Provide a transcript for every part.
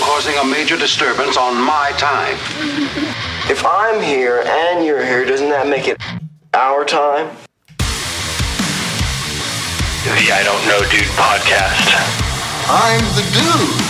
causing a major disturbance on my time. If I'm here and you're here, doesn't that make it our time? The I Don't Know Dude podcast. I'm the dude.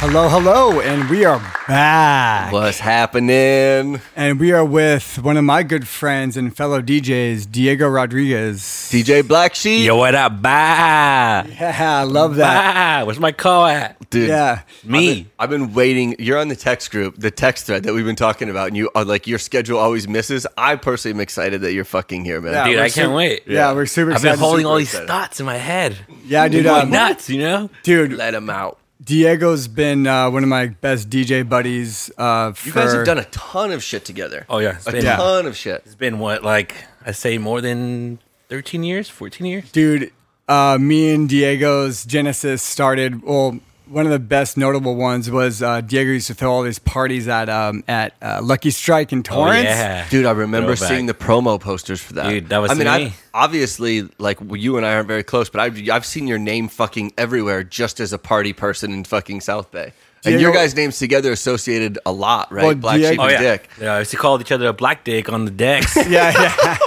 Hello, hello, and we are back. What's happening? And we are with one of my good friends and fellow DJs, Diego Rodriguez. DJ Black Sheep? Yo, what up? Bye. Yeah, I love that. Bye. Where's my call at? Dude. Yeah. Me. I've been waiting. You're on the text group, the text thread that we've been talking about, and you are like your schedule always misses. I personally am excited that you're fucking here, man. Yeah, Dude, we're I can't su- wait. Yeah, we're super I've excited. been holding all these excited. thoughts in my head. Yeah, dude. Going um, nuts, you know? Dude, Let him out. Diego's been uh, one of my best DJ buddies. Uh, for, You guys have done a ton of shit together. Oh, yeah. It's a been, ton of shit. it's been what, like, I say more than 13 years, 14 years? dude. Uh, me and Diego's Genesis started. Well, one of the best notable ones was uh, Diego used to throw all these parties at um, at uh, Lucky Strike in Torrance. Oh, yeah. Dude, I remember Throwback. seeing the promo posters for that. Dude, that was I mean, me. I've- obviously, like you and I aren't very close, but I've I've seen your name fucking everywhere, just as a party person in fucking South Bay. and your Diego- guys' names together associated a lot, right? Well, Black Diego- Sheep Oh, and yeah. Dick. Yeah, I used to call each other a black dick on the decks. Yeah,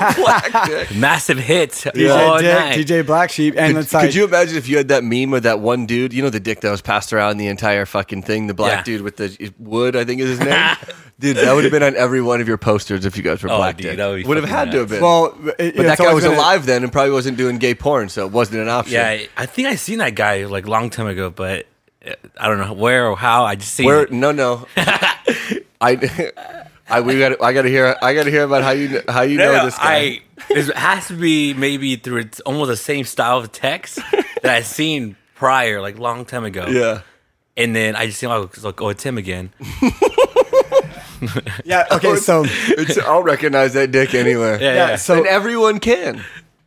yeah. Black Dick. Massive hits all DJ night. Dick, DJ Black Sheep, and Could, it's like could you imagine if you had that meme with that one dude, you know, the dick that was passed around the entire fucking thing, the black Yeah. dude with the wood, I think is his name? dude, that would have been on every one of your posters if you guys were Oh, black dude, dick. that would be Would have fucking had to have nuts. been. well, it- but that it's guy always was gonna- alive then and probably wasn't doing gay porn, so it wasn't an option. Yeah, I- I think I seen that guy, like, long time ago, but uh, I don't know where or how. I just seen Where? it. No, no. I, I we got. I got to hear. I got to hear about how you kn- how you No, know no, this guy. I it has to be maybe through it's almost the same style of text that I seen prior, like long time ago. yeah. And then I just seen oh, it's like, oh, it's him again. Yeah. Okay. So It's, I'll recognize that dick anywhere. Yeah, yeah. yeah. and So everyone can.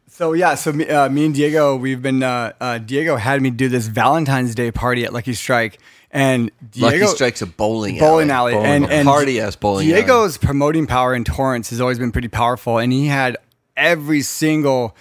so yeah. So me, uh, me and Diego, we've been. Uh, uh, Diego had me do this Valentine's Day party at Lucky Strike, and Lucky Diego strikes a bowling bowling alley. alley, and, and party ass bowling. alley. Diego's promoting power in Torrance has always been pretty powerful, and he had every single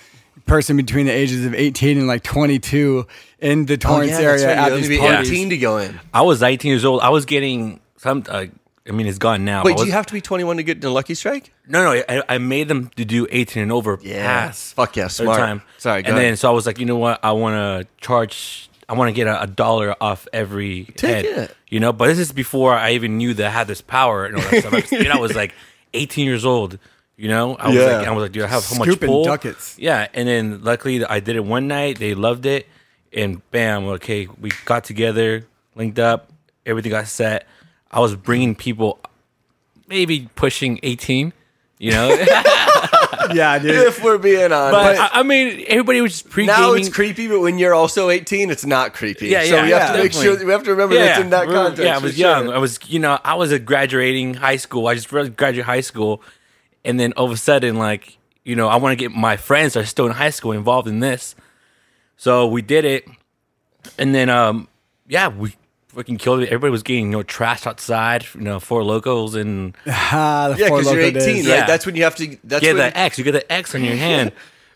person between the ages of 18 and like 22 in the Oh, Torrance yeah, that's area right. You at only these be parties. 18 to go in. I was 19 years old. I was getting some. Uh, I mean, it's gone now. Wait, but do I you was- have to be 21 to get into Lucky Strike? No, no. I, I made them to do 18 and over. Yeah. pass Fuck yeah, their smart. Sorry, go and ahead. then so I was like, you know what? I want to charge. I want to get a, a dollar off every Take head. it. You know, but this is before I even knew that I had this power and all that stuff. Dude, I was like 18 years old. You know, I was Yeah. like, I was like, dude, I have how much Scooping pull? ducats. Yeah, and then luckily I did it one night. They loved it, and bam, okay, we got together, linked up, everything got set. I was bringing people, maybe pushing 18. You know, yeah, dude. If we're being honest. But I, I mean, everybody was just pre-gaming. now it's creepy, but when you're also 18, it's not creepy. Yeah, so yeah, we have to make definitely. sure that we have to remember that's in that we were- context. Yeah, I for was sure. young. I was, you know, I was a graduating high school. I just really graduated high school, and then all of a sudden, like, you know, I want to get my friends that are still in high school involved in this. So we did it, and then, um, yeah, we fucking killed it. Everybody was getting, you know, trashed outside, you know, four locals and Ah, the Yeah, Four because you're Loko 18, days. right? Yeah. That's when you have to. That's get when, that X. You get the X on your hand.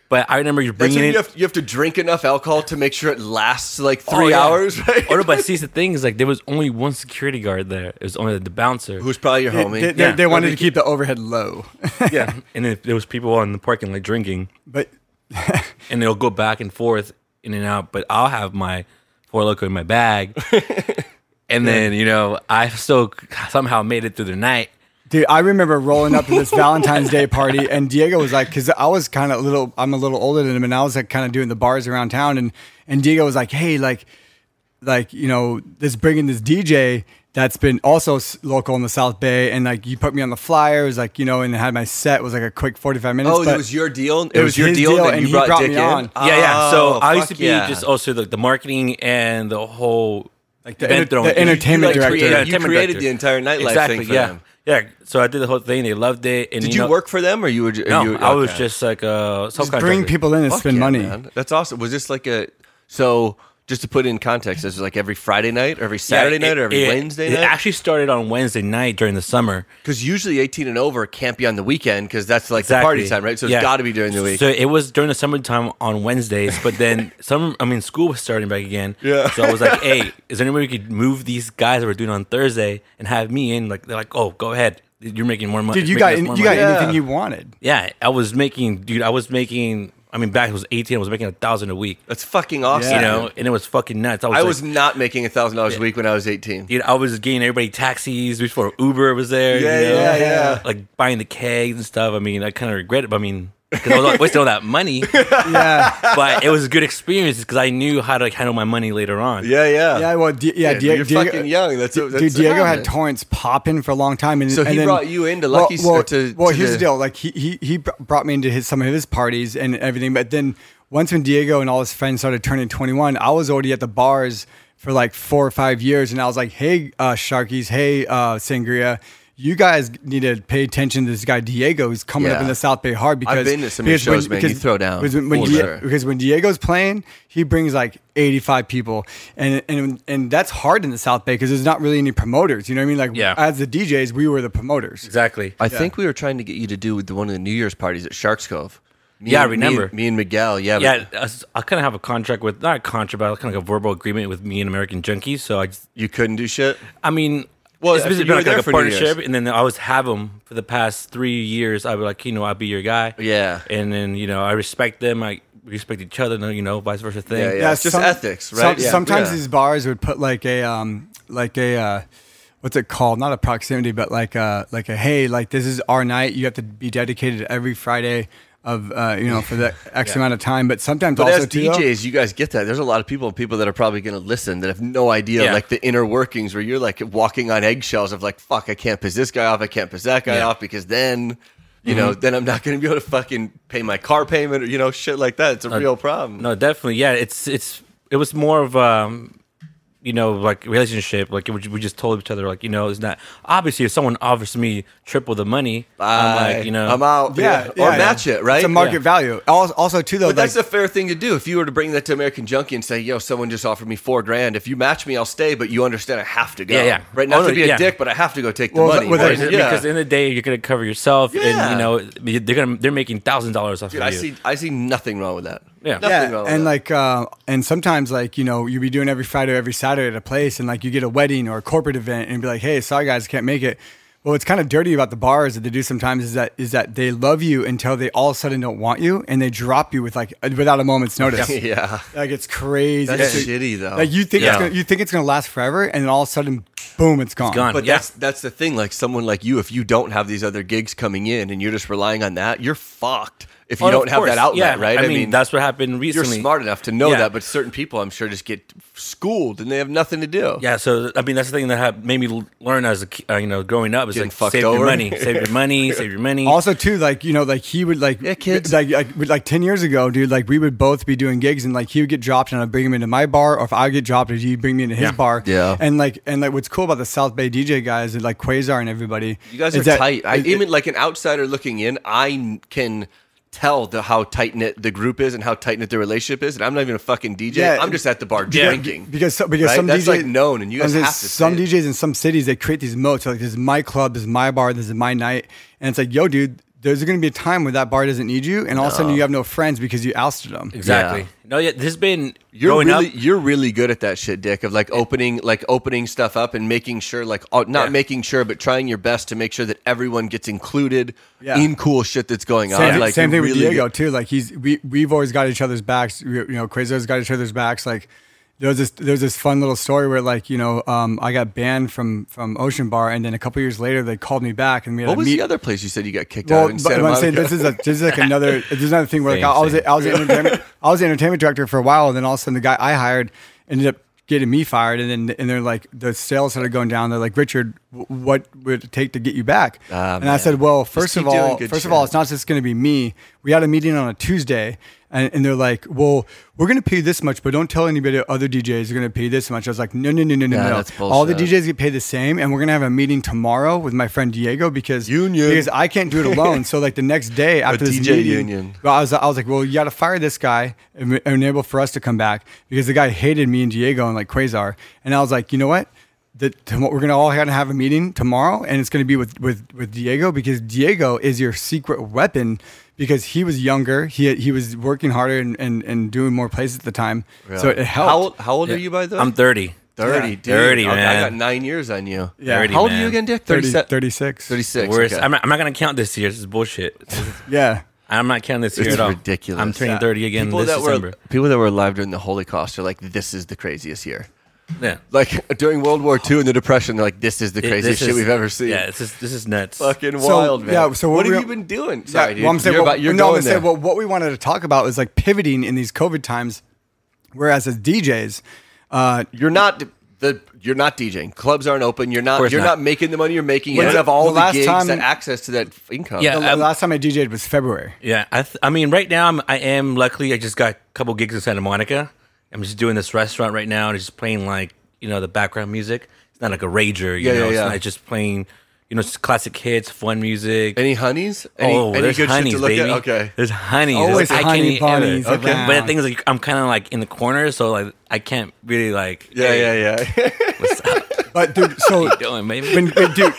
But I remember you That's bringing when it. you have, you have to drink enough alcohol to make sure it lasts like three three hours, right? Or but see the thing is like there was only one security guard there. It was only the bouncer. Who's probably your homie. They, they, they wanted to keep the overhead low, yeah. And then there was people on the parking lot drinking but and they'll go back and forth in and out, but I'll have my four loco in my bag. and then, you know, I still somehow made it through the night. Dude, I remember rolling up to this Valentine's Day party, and Diego was like, because I was kind of a little, I'm a little older than him, and I was like kind of doing the bars around town, and and Diego was like, hey, like, like you know, this bringing this DJ that's been also s- local in the South Bay, and like you put me on the flyer, it was like you know, and had my set was like a quick 45 minutes. oh, but- it was your deal. It, it was was your his deal, deal, and and you he brought brought Dick me in. on. Yeah, yeah. So Oh, I fuck used to be yeah. just also the, the marketing and the whole like the enter- the You, entertainment like, director. created- Yeah, you created the entire nightlife exactly, thing for yeah. them. Yeah. So I did the whole thing. They loved it. And Did you know- work for them, or you were? ju- No, you, I was okay. just like a Just bring people in and Fuck spend yeah, money. man. That's awesome. Was this like a so? Just to put it in context, this is like every Friday night, or every Saturday Yeah, night, it- or every it- Wednesday It night. actually started on Wednesday night during the summer. Because usually 18 and over can't be on the weekend because that's like the party time, right? So Yeah. it's got to be during the week. So it was during the summertime on Wednesdays, but then some, I mean, school was starting back again. Yeah. So I was like, hey, is there any way we could move these guys that we're doing on Thursday and have me in? Like, they're like, oh, go ahead. You're making more money. Dude, you making got us you more got money." anything you wanted. Yeah, I was making, dude, I was making, I mean, back it was 18, I was making a thousand a week, that's fucking awesome. you know, and it was fucking nuts. I was, I like- was not making a thousand dollars a week when I was 18. dude, I was getting everybody taxis before Uber was there. Yeah, you know? yeah, yeah. Like buying the kegs and stuff. I mean, I kind of regret it, but I mean, because I was like, wasting all that money, Yeah, but it was a good experience because I knew how to like, handle my money later on. Yeah, yeah, yeah. Well, Di- yeah. Dude, Diego, you're Diego, fucking young. That's, Dude, that's Diego yeah. had Torrance popping for a long time, and So and he then- brought you into Well- Lucky's- Well, or to- well to here's the the- deal: like he he he br- brought me into his some of his parties and everything, but then once when Diego and all his friends started turning 21, I was already at the bars for like four or five years, and I was like, "Hey, uh, Sharkies, hey, uh, Sangria." You guys need to pay attention to this guy Diego. He's coming up Yeah. in the South Bay hard because been to some of your because when- shows, man. You because- throw down. because when- when For Die- sure. because when Diego's playing, he brings like 85 people, and and and that's hard in the South Bay because there's not really any promoters. You know what I mean? Like Yeah. as the DJs, we were the promoters. Exactly. I think we were trying to get you to do with the, one of the New Year's parties at Sharks Cove. Me Yeah, I and- me and- remember. Me, and Miguel. Yeah, Yeah, but I s- I kind of have a contract with not a contract, but kind of like a verbal agreement with me and American Junkies. So I, just, you couldn't do shit. I mean, Well, it's yeah, basically you were been like, there like a for New Year's. partnership, and then I always have them for the past three years. I would like, you know, I'll be your guy. Yeah. and then you know, I respect them. I respect each other. and, You know, vice versa thing. Yeah, yeah. It's just ethics, right? Yeah. Sometimes Yeah. these bars would put like a um like a uh, what's it called? Not a proximity, but like a like a hey, like this is our night. You have to be dedicated every Friday of uh, you know for the X amount of time. But sometimes But also as too, though- DJs, you guys get that. There's a lot of people, people that are probably going to listen that have no idea, Yeah. like the inner workings, where you're like walking on eggshells of like, fuck, I can't piss this guy off, I can't piss that guy Yeah. Mm-hmm. off, because then, you know, then I'm not going to be able to fucking pay my car payment or you know shit like that. It's a real problem. Uh, No, definitely. Yeah, it's it's it was more of um, you know, like relationship. Like we, we just told each other, like you know, it's not obviously if someone offers me triple the money, I'm Bye. like you know, I'm out. yeah, yeah, or yeah. match it, right? It's a market value. Also, also too though, But like, that's a fair thing to do. If you were to bring that to American Junkie and say, "Yo, someone just offered me four grand. If you match me, I'll stay, but you understand I have to go." Yeah, yeah. Right? Not Oh, to be a yeah. dick, but I have to go take the Well, money. with right? a- Because- yeah. Because in the day you're gonna cover yourself, and Yeah. you know they're gonna they're making thousand dollars off Dude, of I you. see. I see nothing wrong with that. Yeah. Nothing yeah, wrong with and that. like, uh, and sometimes like you know you be doing every Friday, or every Saturday at a place, and like you get a wedding or a corporate event, and be like, hey, sorry guys, can't make it. Well, what's kind of dirty about the bars that they do sometimes is that is that they love you until they all of a sudden don't want you, and they drop you with like uh, without a moment's notice. yeah. Like it's crazy. That's It's- shitty, though. Like you think it's Yeah. gonna, you think it's gonna last forever, and then all of a sudden, boom, it's gone. gone. But Yeah. that's that's the thing. Like someone like you, if you don't have these other gigs coming in and you're just relying on that, you're fucked. If you Oh, don't of have course. that outlet, Yeah, right? I mean, that's what happened you're recently. smart enough to know Yeah. that, but certain people, I'm sure, just get schooled and they have nothing to do. Yeah, so I mean that's the thing that had made me l- learn as a ki- uh, you know growing up is Getting like fucked save over. your money, save your money, save your money. Also, too, like you know, like he would like Yeah, kids. like like with, like ten years ago, dude. Like we would both be doing gigs, and like he would get dropped, and I'd bring him into my bar, or if I get dropped, he'd bring me into his Yeah. bar. Yeah. And like and like what's cool about the South Bay DJ guys, and like Quasar and everybody, You guys is are that- tight. I, is- even like an outsider looking in, I n- can tell the how tight knit the group is and how tight knit the relationship is. And I'm not even a fucking DJ. Yeah. I'm just at the bar Yeah. drinking because so, because right? some That's, DJs like, known, and you guys there's have to some say it. DJs in some cities they create these moats. Like this is my club, this is my bar, this is my night, and it's like, yo, dude, there's going to be a time where that bar doesn't need you, and all of a sudden you have no friends because you ousted them. exactly. Yeah. No, yeah, there's been You're growing really up. you're really good at that shit, Dick. Of like opening like opening stuff up and making sure like oh, not Yeah. making sure, but trying your best to make sure that everyone gets included Yeah. in cool shit that's going Same, on. thi- Like same thing you're with really Diego good- too. Like he's we we've always got each other's backs. We- You know, Quasar's got each other's backs. Like there was this there was this fun little story where like you know um, I got banned from from Ocean Bar, and then a couple years later they called me back and we had What a was meet. the other place you said you got kicked Well, out in but Santa but I'm saying Monica? this is a this is like another this is another thing where like Same, I was same. I was the entertainment I was the entertainment director for a while, and then all of a sudden the guy I hired ended up getting me fired, and then and they're like the sales started going down. They're like Richard, w- what would it take to get you back? and I Ah, man. said, well, first keep of all, doing good first of all, shit. it's not just going to be me. We had a meeting on a Tuesday. and, and they're like, "Well, we're gonna pay this much, but don't tell anybody other DJs are gonna pay this much." I was like, "No, no, no, no, no, Yeah, no. that's bullshit. All the DJs get paid the same, and we're gonna have a meeting tomorrow with my friend Diego because Union. because I can't do it alone. so like the next day after this DJ meeting, union. well, I was I was like, "Well, you gotta fire this guy and ma- enable for us to come back because the guy hated me and Diego and like Quasar." And I was like, "You know what?" That tom- we're gonna all gonna have a meeting tomorrow, and it's gonna be with with with Diego because Diego is your secret weapon because he was younger, he he was working harder and and, and doing more plays at the time, so it helped. How, old- how old are you by the way? I'm 30. 30, Yeah. dude. 30, I- I man. got nine years on you. Yeah. 30, how old are you man. again, Dick? 30, 37? 36. 36. Where's, okay. I'm, not, I'm not gonna count this year. This is bullshit. Yeah. I'm not counting this year It's at all. ridiculous. I'm turning Yeah. 30 again people this that December. were people that were alive during the Holocaust are like, this is the craziest year. yeah. Like during World War II and the Depression, they're like, this is the It- craziest this shit is- we've ever seen. Yeah, this is this is nuts. Fucking So, wild, man. yeah, so what what have we- you been doing? Yeah, Sorry, dude. well, I'm saying, you're well, about, you're no, I'm going saying, there. well, what we wanted to talk about is like pivoting in these COVID times, whereas as DJs, uh, you're not the you're not DJing. Clubs aren't open. You're not course you're not. not. making the money you're making. You When's don't the- have all the the, last gigs time- that access to that f- income. Yeah, the I'm- last time I DJ'd was February. Yeah, I, th- I mean, right now I'm, I am luckily I just got a couple gigs in Santa Monica. I'm just doing this restaurant right now and it's just playing like you know the background music. It's not like a rager, you Yeah, know. yeah, it's, yeah. not, it's just playing, you know, just classic hits, fun music. Any honeys? Any, oh, any there's good honeys, shit to look baby. at? Okay. there's honeys. Always It's like, honey I can't bunnies eat okay. around. But the thing is, like, I'm kind of like in the corner, so like I can't really like. Yeah, yeah, yeah. But dude, so Doing maybe. when, when dude,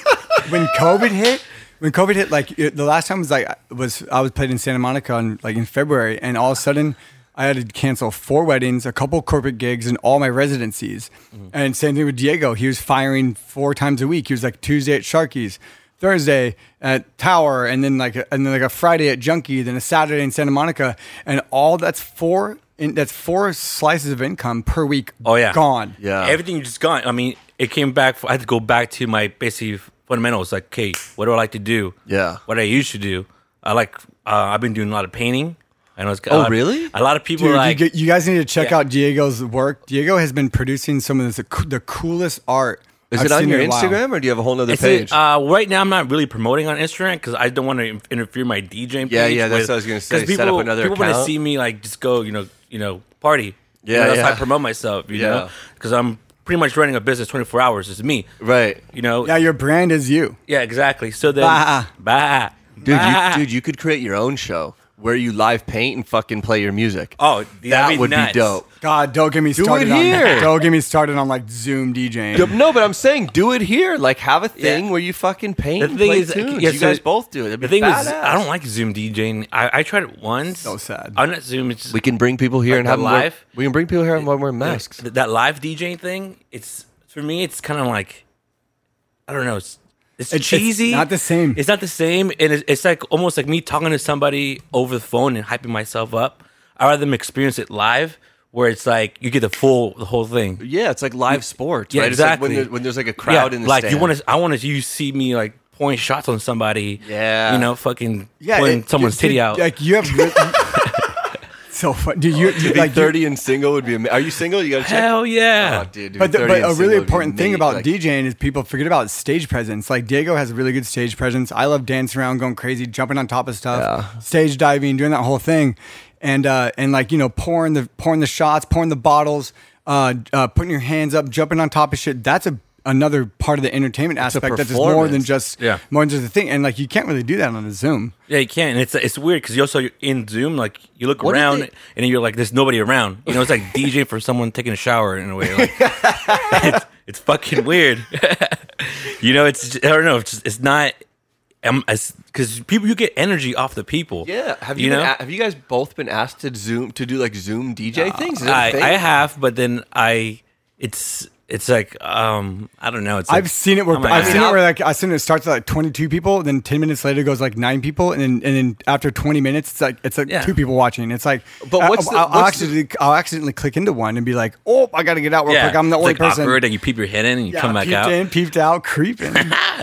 when COVID hit, when COVID hit, like it, the last time was like was I was playing in Santa Monica on like in February, and all of a sudden I had to cancel four weddings, a couple corporate gigs, and all my residencies. Mm-hmm. And same thing with Diego; he was firing four times a week. He was like Tuesday at Sharky's. Thursday at Tower, and then like a, and then like a Friday at Junkie, then a Saturday in Santa Monica, and all that's four in, that's four slices of income per week. Oh yeah, gone. Yeah. everything just gone. I mean, it came back. For, I had to go back to my basic fundamentals. Like, okay, what do I like to do? Yeah. what I used to do. I like. Uh, I've been doing a lot of painting. I know it's a Oh, lot- really? A lot of people Dude, like. you, get- you guys need to check Yeah. out Diego's work. Diego has been producing some of the, co- the coolest art. Is I've it on seen your in a while. Instagram or do you have a whole other It's a- page? uh, right now, I'm not really promoting on Instagram because I don't want to interfere my DJing. Yeah, page yeah, that's with- what I was gonna 'cause say. Set People, up another people want to account. see me like just go, you know, you know, party. You Yeah, know, that's how yeah. I promote myself. You Yeah. know, because I'm pretty much running a business 24 hours. It's me. right. You know. Yeah, Yeah, your brand is you. exactly. So then, Bah. bah. Dude, Bah. you, dude, you could create your own show where you live paint and fucking play your music. Oh, that'd that be would nuts. be dope. God, don't get me started it here. on don't get me started on like Zoom DJing. Yeah, No, but I'm saying do it here. Like have a thing Yeah. where you fucking paint. The and thing play is, tunes. yeah, you so guys both do it. That'd The be thing was, badass. I don't like Zoom DJing. I, I tried it once. So sad. I'm not Zoom. It's just, We can bring people here Like and the have them wear- live? We can bring people here and have them wear masks. th- that live DJing thing. It's for me. It's kind of like, I don't know. It's it's It's- it's cheesy. not the same. It's not the same, and it's, it's like almost like me talking to somebody over the phone and hyping myself up. I would rather them experience it live, where it's like you get the full the whole thing. Yeah, it's like live sports. Yeah, right? It's like when exactly. there- when, there's like a crowd Yeah, in the like you stand. want to. I want to. You see me like point shots on somebody. Yeah. you know, fucking yeah, pulling it- someone's dude, titty dude, out. Like you have good, so fun. Dude, you, you be like you- thirty and single would be. Ama- Are you single? You got to check. Hell yeah! Oh, dude, to be But, the, 30 but and a single really would be important thing neat, about like- DJing is people forget about stage presence. Like Diego has a really good stage presence. I love dancing around, going crazy, jumping on top of stuff, stage diving, doing that whole thing, and uh, and like you know pouring the pouring the shots, pouring the bottles, uh, uh, putting your hands up, jumping on top of shit. That's a another part of the entertainment a aspect that's just more than performance. just Yeah. more than just a thing. And like you can't really do that on a Zoom. Yeah, you can, and it's it's weird because you also you're in Zoom, like you look What do you around think- and you're like, there's nobody around. You know, it's like DJing for someone taking a shower in a way. Like, it's, it's fucking weird. you know, it's I don't know, it's just, it's not. Because people, you get energy off the people. Yeah, have you, been a- have you guys both been asked to zoom to do like Zoom DJ things? Is that a I, thing? I have, but then I, it's it's like um I don't know. It's like, I've seen it where I'm like, I've I- seen it I'll- where like I've seen it starts at like twenty two people, then ten minutes later it goes like nine people, and then and then after twenty minutes it's like it's like Yeah. two people watching. It's like But I- what's the- I'll, I'll what's the- accidentally I'll accidentally click into one and be like, oh, I got to get out real yeah, quick. I'm the it's only like person. awkward, and you peep your head in and you Yeah, come back peeped out. in, peeped out, creeping.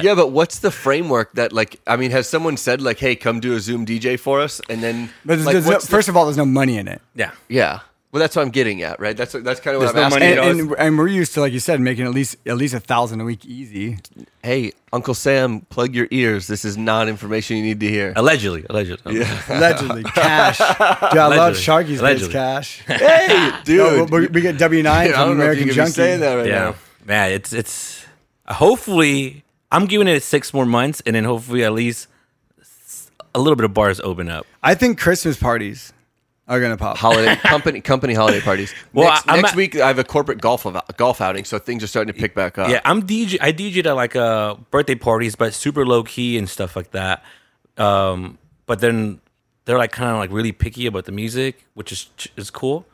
yeah, but what's the framework that like? I mean, has someone said like, "Hey, come do a Zoom DJ for us," and then But there's, like, there's no, what's the- first of all, there's no money in it. Yeah, yeah. Well, that's what I'm getting at, right? That's that's kind of what There's I'm no asking. money And, You know, and, and we're used to, like you said, making at least at least a thousand a week easy. hey, Uncle Sam, plug your ears. This is not information you need to hear. Allegedly, allegedly. Allegedly, cash. Dude, I love Allegedly. Sharky's Allegedly. pays cash. Hey, dude. No, we- we, we get W nine I from don't know if American you can be Junkie. saying that right Yeah, now. man, it's it's. Hopefully, I'm giving it six more months, and then hopefully at least s- a little bit of bars open up. I think Christmas parties are gonna pop. Holiday company company holiday parties. Well, next I- I'm next at- week I have a corporate golf av- golf outing, so things are starting to pick back up. Yeah, I'm DJ. I DJed at like uh birthday parties, but super low key and stuff like that. Um, but then they're like kind of like really picky about the music, which is is cool.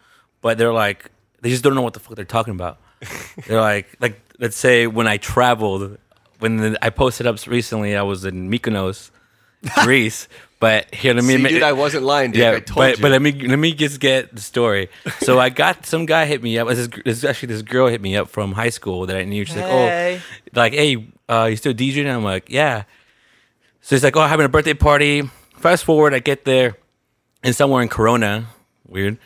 But they're like they just don't know what the fuck they're talking about. they're like like let's say when I traveled, when the, I posted up recently, I was in Mykonos, Greece. But here, let me See, admit- dude, I wasn't lying, dude. yeah, I told but you. but let me let me just get the story. So I got some guy hit me up. This, this actually this girl hit me up from high school that I knew. She's like, oh, like hey, uh, you still DJing? I'm like, yeah. So he's like, oh, having a birthday party. Fast forward, I get there, and somewhere in Corona, weird.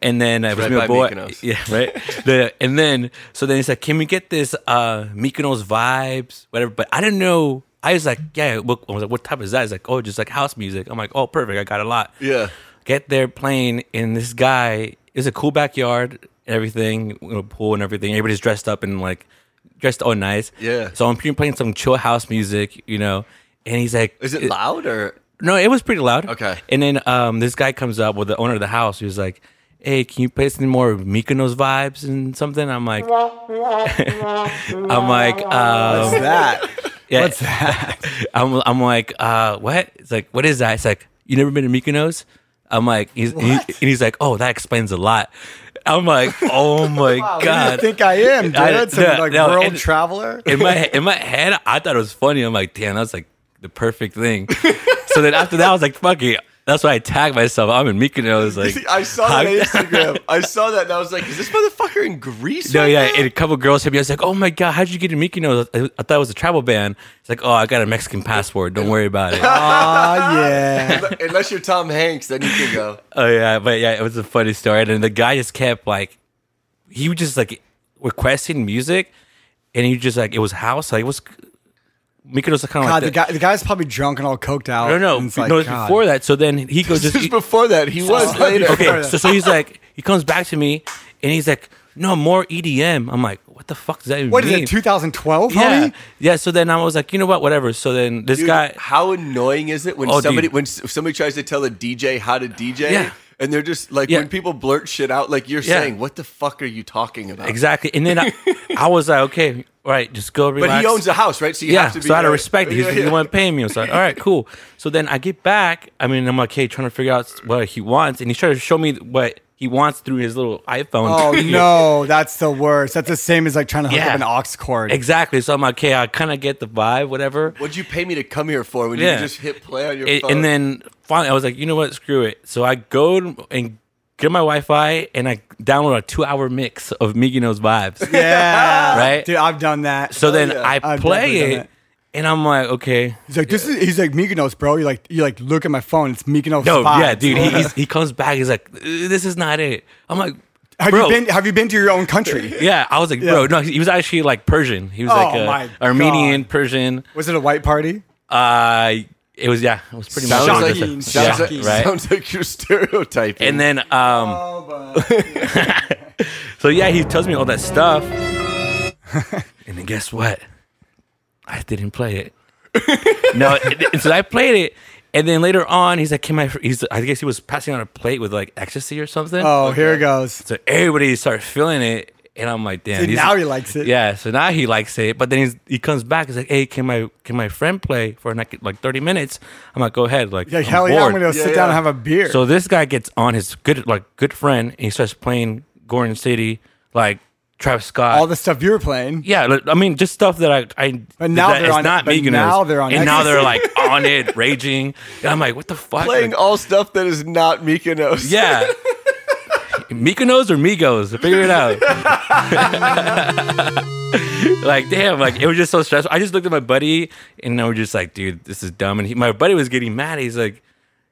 And then I was right me by a boy, Mykonos. yeah, right. the, and then so then he's like, can we get this uh Mykonos vibes, whatever? But I didn't know. I was like, yeah. What, I was like, what type is that? He's like, oh, just like house music. I'm like, oh, perfect. I got a lot yeah. get there playing and this guy is a cool backyard and everything you know, pool and everything everybody's dressed up and like dressed all nice Yeah. so i'm playing playing some chill house music you know and he's like Is it loud or no it was pretty loud Okay. and then um this guy comes up with the owner of the house he was like hey can you play some more mykonos vibes and something i'm like i'm like um What's that? yeah. What's that? I'm, I'm like, uh, what? It's like, what is that? It's like, you never been to Mykonos? I'm like, he's, he- and he's like, oh, that explains a lot. I'm like, oh my I god. think I am, dude. I- That's no, a, like no, world and- traveler. In my in my head, I thought it was funny. I'm like, damn, that's like the perfect thing. so then after that, I was like, fuck it. That's why I tagged myself. I'm in Mykonos. Like, See, I saw how- that on Instagram. I saw that and I was like, is this motherfucker in Greece? No, right yeah, now? and a couple girls hit me. I was like, "Oh my god, how'd you get to Mykonos?" I, I thought it was a travel ban. It's like, "Oh, I got a Mexican passport. Don't worry about it." Ah, yeah. Unless you're Tom Hanks, then you can go. Oh yeah, but yeah, it was a funny story. And then the guy just kept like, he was just like requesting music, and he just like it was house like it was. Mikonos kind God, of like the that. guy, the guy's probably drunk and all coked out. I don't know. and No, it's like, it was God. before that. So then he goes just This is before that. He was later. okay. So, so he's like he comes back to me and he's like, no more EDM. I'm like, what the fuck does that even What is mean? it? 2012, yeah, homie? yeah. So then I was like, you know what, whatever. So then this Dude, guy, how annoying is it when Oh, dude. somebody when s- somebody tries to tell a DJ how to DJ? Yeah. And they're just like Yeah. when people blurt shit out, like you're Yeah. saying, what the fuck are you talking about? exactly. And then I, I was like, okay, right, just go But relax. he owns a house, right? So you yeah, have to be so out of very- respect, he's, Yeah, he yeah. want to pay me. I was like, all right, cool. So then I get back. I mean, I'm like, hey, trying to figure out what he wants, and he's trying to show me what he wants through his little iPhone. Oh, no. That's the worst. That's the same as like trying to hook Yeah. up an aux cord. exactly. So I'm like, okay, I kind of get the vibe, whatever. What'd you pay me to come here for when you Yeah. could just hit play on your And, phone? and then finally, I was like, you know what? Screw it. So I go and get my Wi-Fi, and I download a two-hour mix of Migino's vibes. Yeah. Right? Dude, I've done that. So then yeah. I I've play definitely it, done that. and I'm like, okay, He's like, this is. He's like Mykonos, bro. You like, you like, look at my phone. It's Mykonos. No, vibes. yeah, dude. He, he's, he comes back. He's like, "Uh, "This is not it." I'm like, have bro. you been? Have you been to your own country? yeah, I was like, bro. No, he he was actually like Persian. He was Oh, like a my Armenian God. Persian. Was it a white party? Uh, it was yeah, it was pretty much sounds Shocking. like, Shocking. sounds, like, Shocking. Right. sounds like you're stereotyping. And then um, Oh, but so yeah, he tells me all that stuff. and then guess what? I didn't play it. no, and- and so I played it. And then later on, he's like, "Can my?" He's, I guess he was passing on a plate with like ecstasy or something. Oh, here it goes. So everybody started feeling it, and I'm like, damn. Dude, these- now he likes it. Yeah, so now he likes it. But then he's, he comes back. He's like, hey, can my can my friend play for like, like 30 minutes? I'm like, go ahead. Like, Yeah, I'm hell yeah, I'm bored. gonna go sit Yeah, down yeah. and have a beer. So this guy gets on his good like good friend, and he starts playing Gordon City, like Travis Scott. all the stuff you were playing. yeah, like, I mean, just stuff that I, I But now that they're it's on- not but Migos. now they're on and now they're like ecstasy. on it, raging. And I'm like, what the fuck? playing Like, all stuff that is not Mykonos. yeah, Mykonos or Migos, figure it out. like damn, like it was just so stressful. I just looked at my buddy and I was just like, dude, this is dumb. And he, my buddy was getting mad. He's like,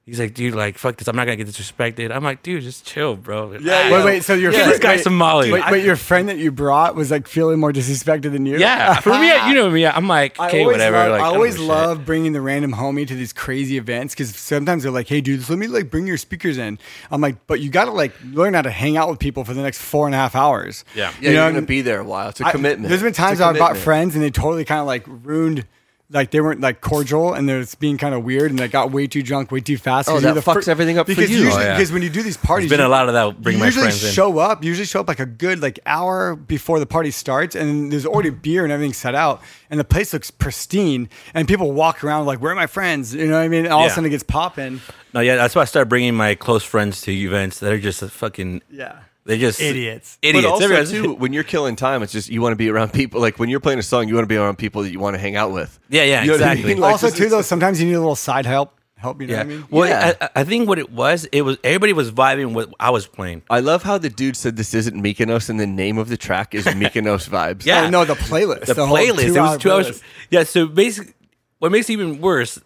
He's like, dude, like, fuck this. I'm not gonna get disrespected. I'm like, dude, just chill, bro. Yeah, Wait, wait. So your Give friend, this guy wait, some Molly. Wait, wait, your friend that you brought was like feeling more disrespected than you. yeah, for me, you know me. I'm like, I okay, always whatever. Love, like, I don't always give a love bringing the random homie to these crazy events because sometimes they're like, "Hey, dude, let me like bring your speakers in." I'm like, "But you got to like learn how to hang out with people for the next four and a half hours." Yeah. Yeah, You you know, are gonna be there a while. It's a I- commitment. there's been It's a times I've brought commitment. friends and they totally kind of like ruined. Like they weren't like cordial and they're just being kind of weird and they got way too drunk, way too fast. Oh, 'Cause you're that the fucks everything up for because you. usually- Oh, yeah. Because when you do these parties, shit. There's been you- a lot of that. Bring you my usually friends in. show up. Usually show up like a good like hour before the party starts, and there's already Mm. beer and everything set out, and the place looks pristine, and people walk around like, "Where are my friends?" You know what I mean? And all of Yeah. a sudden it gets popping. No, yeah, that's why I started bringing my close friends to events that are just a fucking. Yeah. They're just Idiots. Idiots. But also Everyone's- too, when you're killing time, it's just you want to be around people. Like when you're playing a song, you want to be around people that you want to hang out with. Yeah, yeah, You know what I exactly. mean? Like, also, this too is- though, sometimes you need a little side help. Help you know yeah. what I mean? Well, Yeah. I, I think what it was, it was everybody was vibing what I was playing. I love how the dude said this isn't Mykonos, and the name of the track is Mykonos Vibes. Yeah. Oh, no, the playlist. the, whole playlist. It two-hour was two playlist. hours. Yeah. So basically, what makes it even worse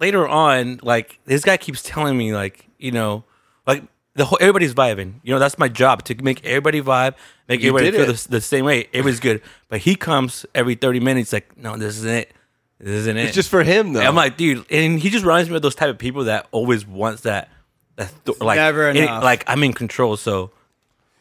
later on, like this guy keeps telling me, like you know, like the whole everybody's vibing. You know, that's my job to make everybody vibe, make You everybody did feel it. the, the same way. It was good, but he comes every thirty minutes, like, no, this isn't it. This isn't it. It's just for him though. I'm like, dude, and he just reminds me of those type of people that always wants that. that th- like never it- enough. like I'm in control, so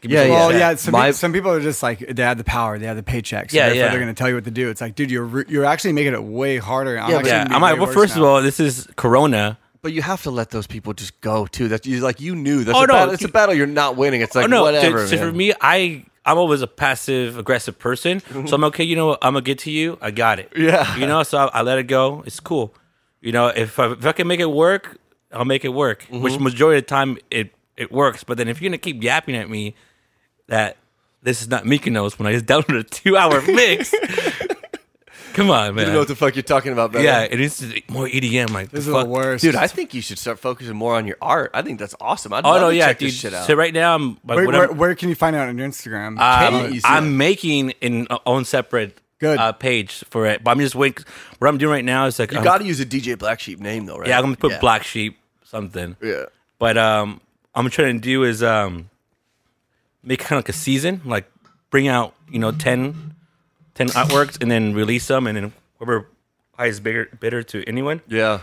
give me Yeah, some Well, of yeah. that. some, My- people, some people are just like they have the power, they have the paychecks. So Yeah, therefore yeah. They're going to tell you what to do. It's like, dude, you're re- you're actually making it way harder. I'm actually yeah. gonna be I'm like, way well, worse first now. of all, this is Corona. but you have to let those people just go too. That's you like you knew that's Oh, a no. battle. It's a battle you're not winning. It's like oh no so- whatever. so, for man. me i i'm always a passive aggressive person so i'm okay you know what i'm gonna get to you i got it Yeah. you know so I, I let it go it's cool you know if I, if I can make it work i'll make it work Mm-hmm. which majority of the time it it works but then if you're gonna keep yapping at me that this is not Mykonos when i just downloaded a two-hour mix come on man you know what the fuck you're talking about. Brother. yeah it is more edm like this the is the fuck? worst. dude, I think you should start focusing more on your art. I think that's awesome. I'd oh love no to yeah check dude this shit out. so right now i'm like Where, what I'm- where, where can you find out on your Instagram? Um, Jeez. I'm making an uh, own separate Good. Uh, page for it, but I'm just waiting. What I'm doing right now is like you I'm- got to use a DJ Black Sheep name though, right? yeah, I'm gonna put Yeah. black sheep something. Yeah. But um, I'm trying to do is um, make kind of like a season, like bring out you know 10, 10 artworks and then release them, and then whoever highest bigger bidder to anyone. Yeah.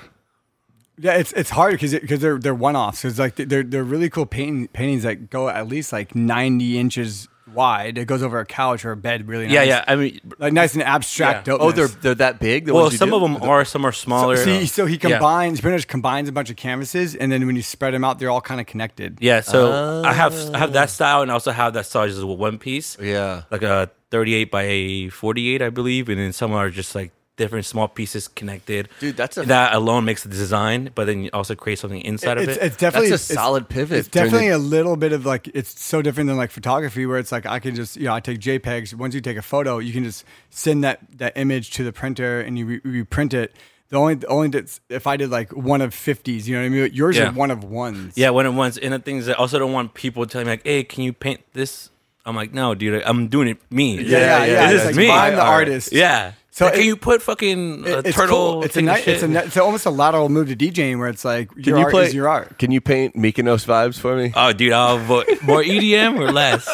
Yeah, it's it's hard because because they're they're one offs. It's like they're they're really cool painting, paintings that go at least like ninety inches wide. It goes over a couch or a bed, really. Nice. Yeah, yeah. I mean, like nice and abstract. Yeah. dopeness. Oh, they're they're that big. The well, ones you some do? of them are, some are smaller. See, so he Yeah. combines pretty much combines a bunch of canvases, and then when you spread them out, they're all kind of connected. Yeah, so I have I have that style, and I also have that style just with one piece. Ah. Yeah. like a 38 by 48, I believe, and then some are just like different small pieces connected. Dude, that's a- that alone makes the design, but then you also create something inside It's, of it. it's definitely That's a it's- solid pivot It's during definitely the- a little bit of like it's so different than like photography, where it's like I can just you know I take JPEGs. Once you take a photo, you can just send that that image to the printer and you re- reprint it. The only the only that's if I did like one of fifties, you know what I mean. Yours Yeah. is one of ones. yeah, when it wants. And the things I also don't want people telling me like, "Hey, can you paint this?" I'm like, "No, dude, I'm doing it yeah, me. yeah. yeah, It's This yeah, is like, me. I'm the Alright. artist. Yeah. So So can it- you put fucking a It- it's Uh, turtle? cool. It's a thing to ni- it's a shit? ni- it's almost a lateral move to DJing where it's like your Can you art play is your art. Uh, Can you paint Mykonos vibes for me? Oh, dude, I'll vote more EDM or less.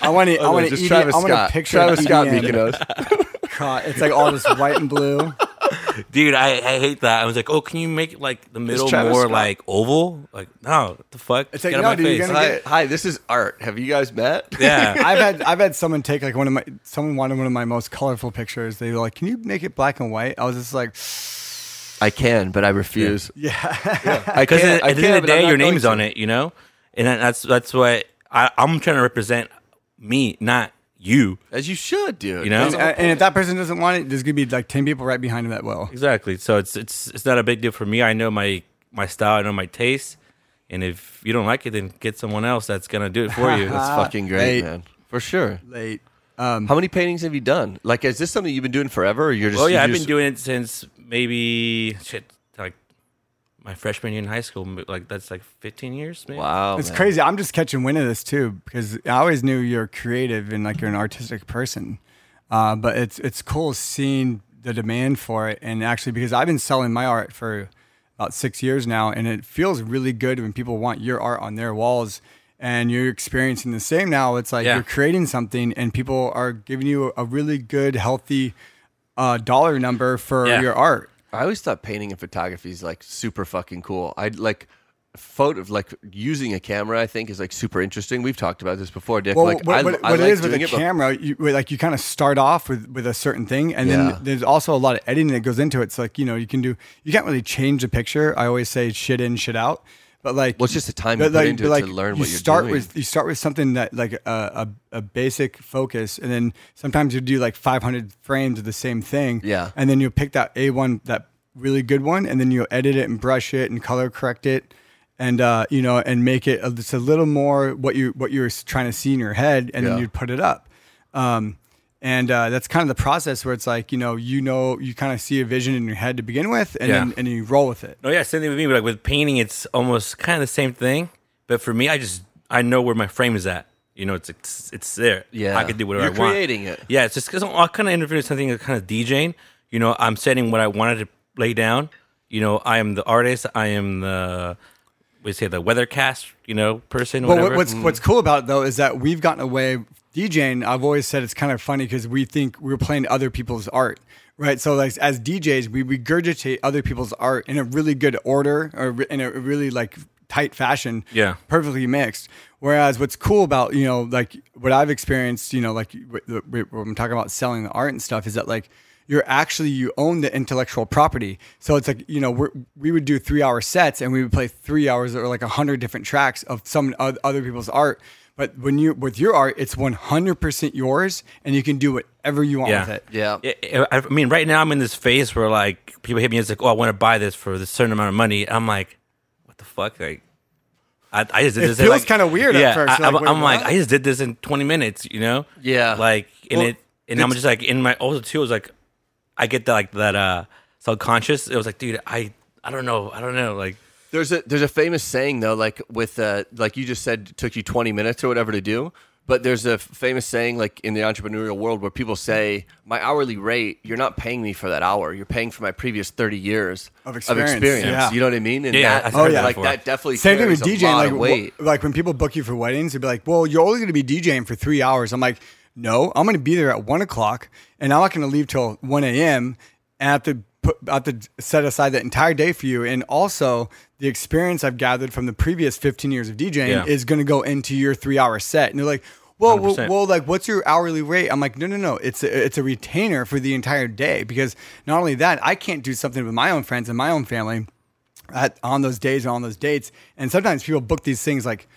I want to. I want Just to. Oh, Travis I want Scott. to picture Travis Scott EDM. Mykonos. God, It's like all this white and blue. dude, I, I hate that. I was like, oh, can you make like the middle Travis more Scott. like oval? Like, no, what the fuck? It's like, out of no, my dude, you're face. gonna- hi, hi, this is art. Have you guys met? yeah, I've had I've had someone take like one of my someone wanted one of my most colorful pictures. They were like, "Can you make it black and white?" I was just like, I can, but I refuse. Yeah. I because can't. at, I can't, at the end of the but I'm day, not your going name's to. on it, you know, and that- that's that's what I, I'm trying to represent me, not you. As you should, dude. You know? That's and, the whole and if that person doesn't want it, there's gonna be like ten people right behind him that will. Exactly. So it's it's it's not a big deal for me. I know my my style. I know my taste. And if you don't like it, then get someone else that's gonna do it for you. That's fucking great, Hey. man. For sure. Late. How many paintings have you done? Like, is this something you've been doing forever, or you're just? Oh yeah, you I've just- been doing it since maybe shit like my freshman year in high school. Like that's like 15 years. Maybe. Wow, It's man. crazy. I'm just catching wind of this too because I always knew you're creative and like you're an artistic person. Uh, but it's it's cool seeing the demand for it and actually because I've been selling my art for about six years now, and it feels really good when people want your art on their walls. And you're experiencing the same now. It's like Yeah. you're creating something, and people are giving you a really good, healthy uh, dollar number for Yeah. your art. I always thought painting and photography is like super fucking cool. I'd like photo like using a camera. I think is like super interesting. We've talked about this before, Dick. Well, like what, I, what, I what like it is with doing a but- camera, you, with, like you kind of start off with with a certain thing, and Yeah. then there's also a lot of editing that goes into it. So like you know, you can do you can't really change a picture. I always say shit in, shit out. But like, Well, it's just the time you put into it to learn you what you're start doing. with. You start with something that like a, a, a basic focus, and then sometimes you do like 500 frames of the same thing. Yeah. and then you pick that a one that really good one, and then you edit it and brush it and color correct it, and uh, you know, and make it a- just a little more what you what you were trying to see in your head, and Yeah. then you'd put it up. Um, and uh, that's kind of the process where it's like you know you know you kind of see a vision in your head to begin with, and Yeah. then and you roll with it. No, yeah, same thing with me. But like with painting, it's almost kind of the same thing. But for me, I just I know where my frame is at. You know, it's it's, it's there. Yeah. I can do whatever You're I want. creating it. Yeah, it's just because I kind of interfere with something that's kind of DJing. You know, I'm setting what I wanted to lay down. You know, I am the artist. I am the we say the weathercast. You know, person. Well, whatever. Mm-hmm. what- what's what's cool about it though is that we've gotten away DJing. I've always said it's kind of funny because we think we're playing other people's art, right? So like as DJs, we regurgitate other people's art in a really good order or re- in a really like tight fashion. Yeah. perfectly mixed. Whereas what's cool about you know like what I've experienced, you know, like w- w- w- when I'm talking about selling the art and stuff, is that like you're actually you own the intellectual property. So it's like you know we're, we would do three hour sets and we would play three hours or like a hundred different tracks of some oth- other people's art. But when you with your art, it's 100 percent yours, and you can do whatever you want Yeah. with it. Yeah. I I mean, right now I'm in this phase where like people hit me it's like, "Oh, I want to buy this for this certain amount of money." I'm like, "What the fuck?" Like, I, I just did It this. feels like- kinda weird at Yeah, first. I, You're like, am "Wait, I'm like, what?" I just did this in 20 minutes. You know? Yeah. Like, and Well, it, and I'm just like in my also too. It was like, I get that like that uh subconscious. It was like, dude, I I don't know, I don't know, like. There's a there's a famous saying though, like with uh, like you just said, took you 20 minutes or whatever to do. But there's a f- famous saying, like in the entrepreneurial world, where people say, "My hourly rate, you're not paying me for that hour. You're paying for my previous 30 years Of experience, yeah. You know what I mean? And Yeah, that, I've heard that like before. that definitely Same thing carries with a DJing. lot Like, of wh- weight. like when people book you for weddings, they'd be like, "Well, you're only going to be DJing for three hours." I'm like, "No, I'm going to be there at one o'clock, and I'm not going to leave till one a.m. And I have to put, I have to set aside that entire day for you, and also the experience I've gathered from the previous 15 years of DJing Yeah. is going to go into your three-hour set." And they're like. Well, well, 100%. well, like, what's your hourly rate? I'm like, no, no, no. It's a, it's a retainer for the entire day because not only that, I can't do something with my own friends and my own family at, on those days and on those dates. And sometimes people book these things like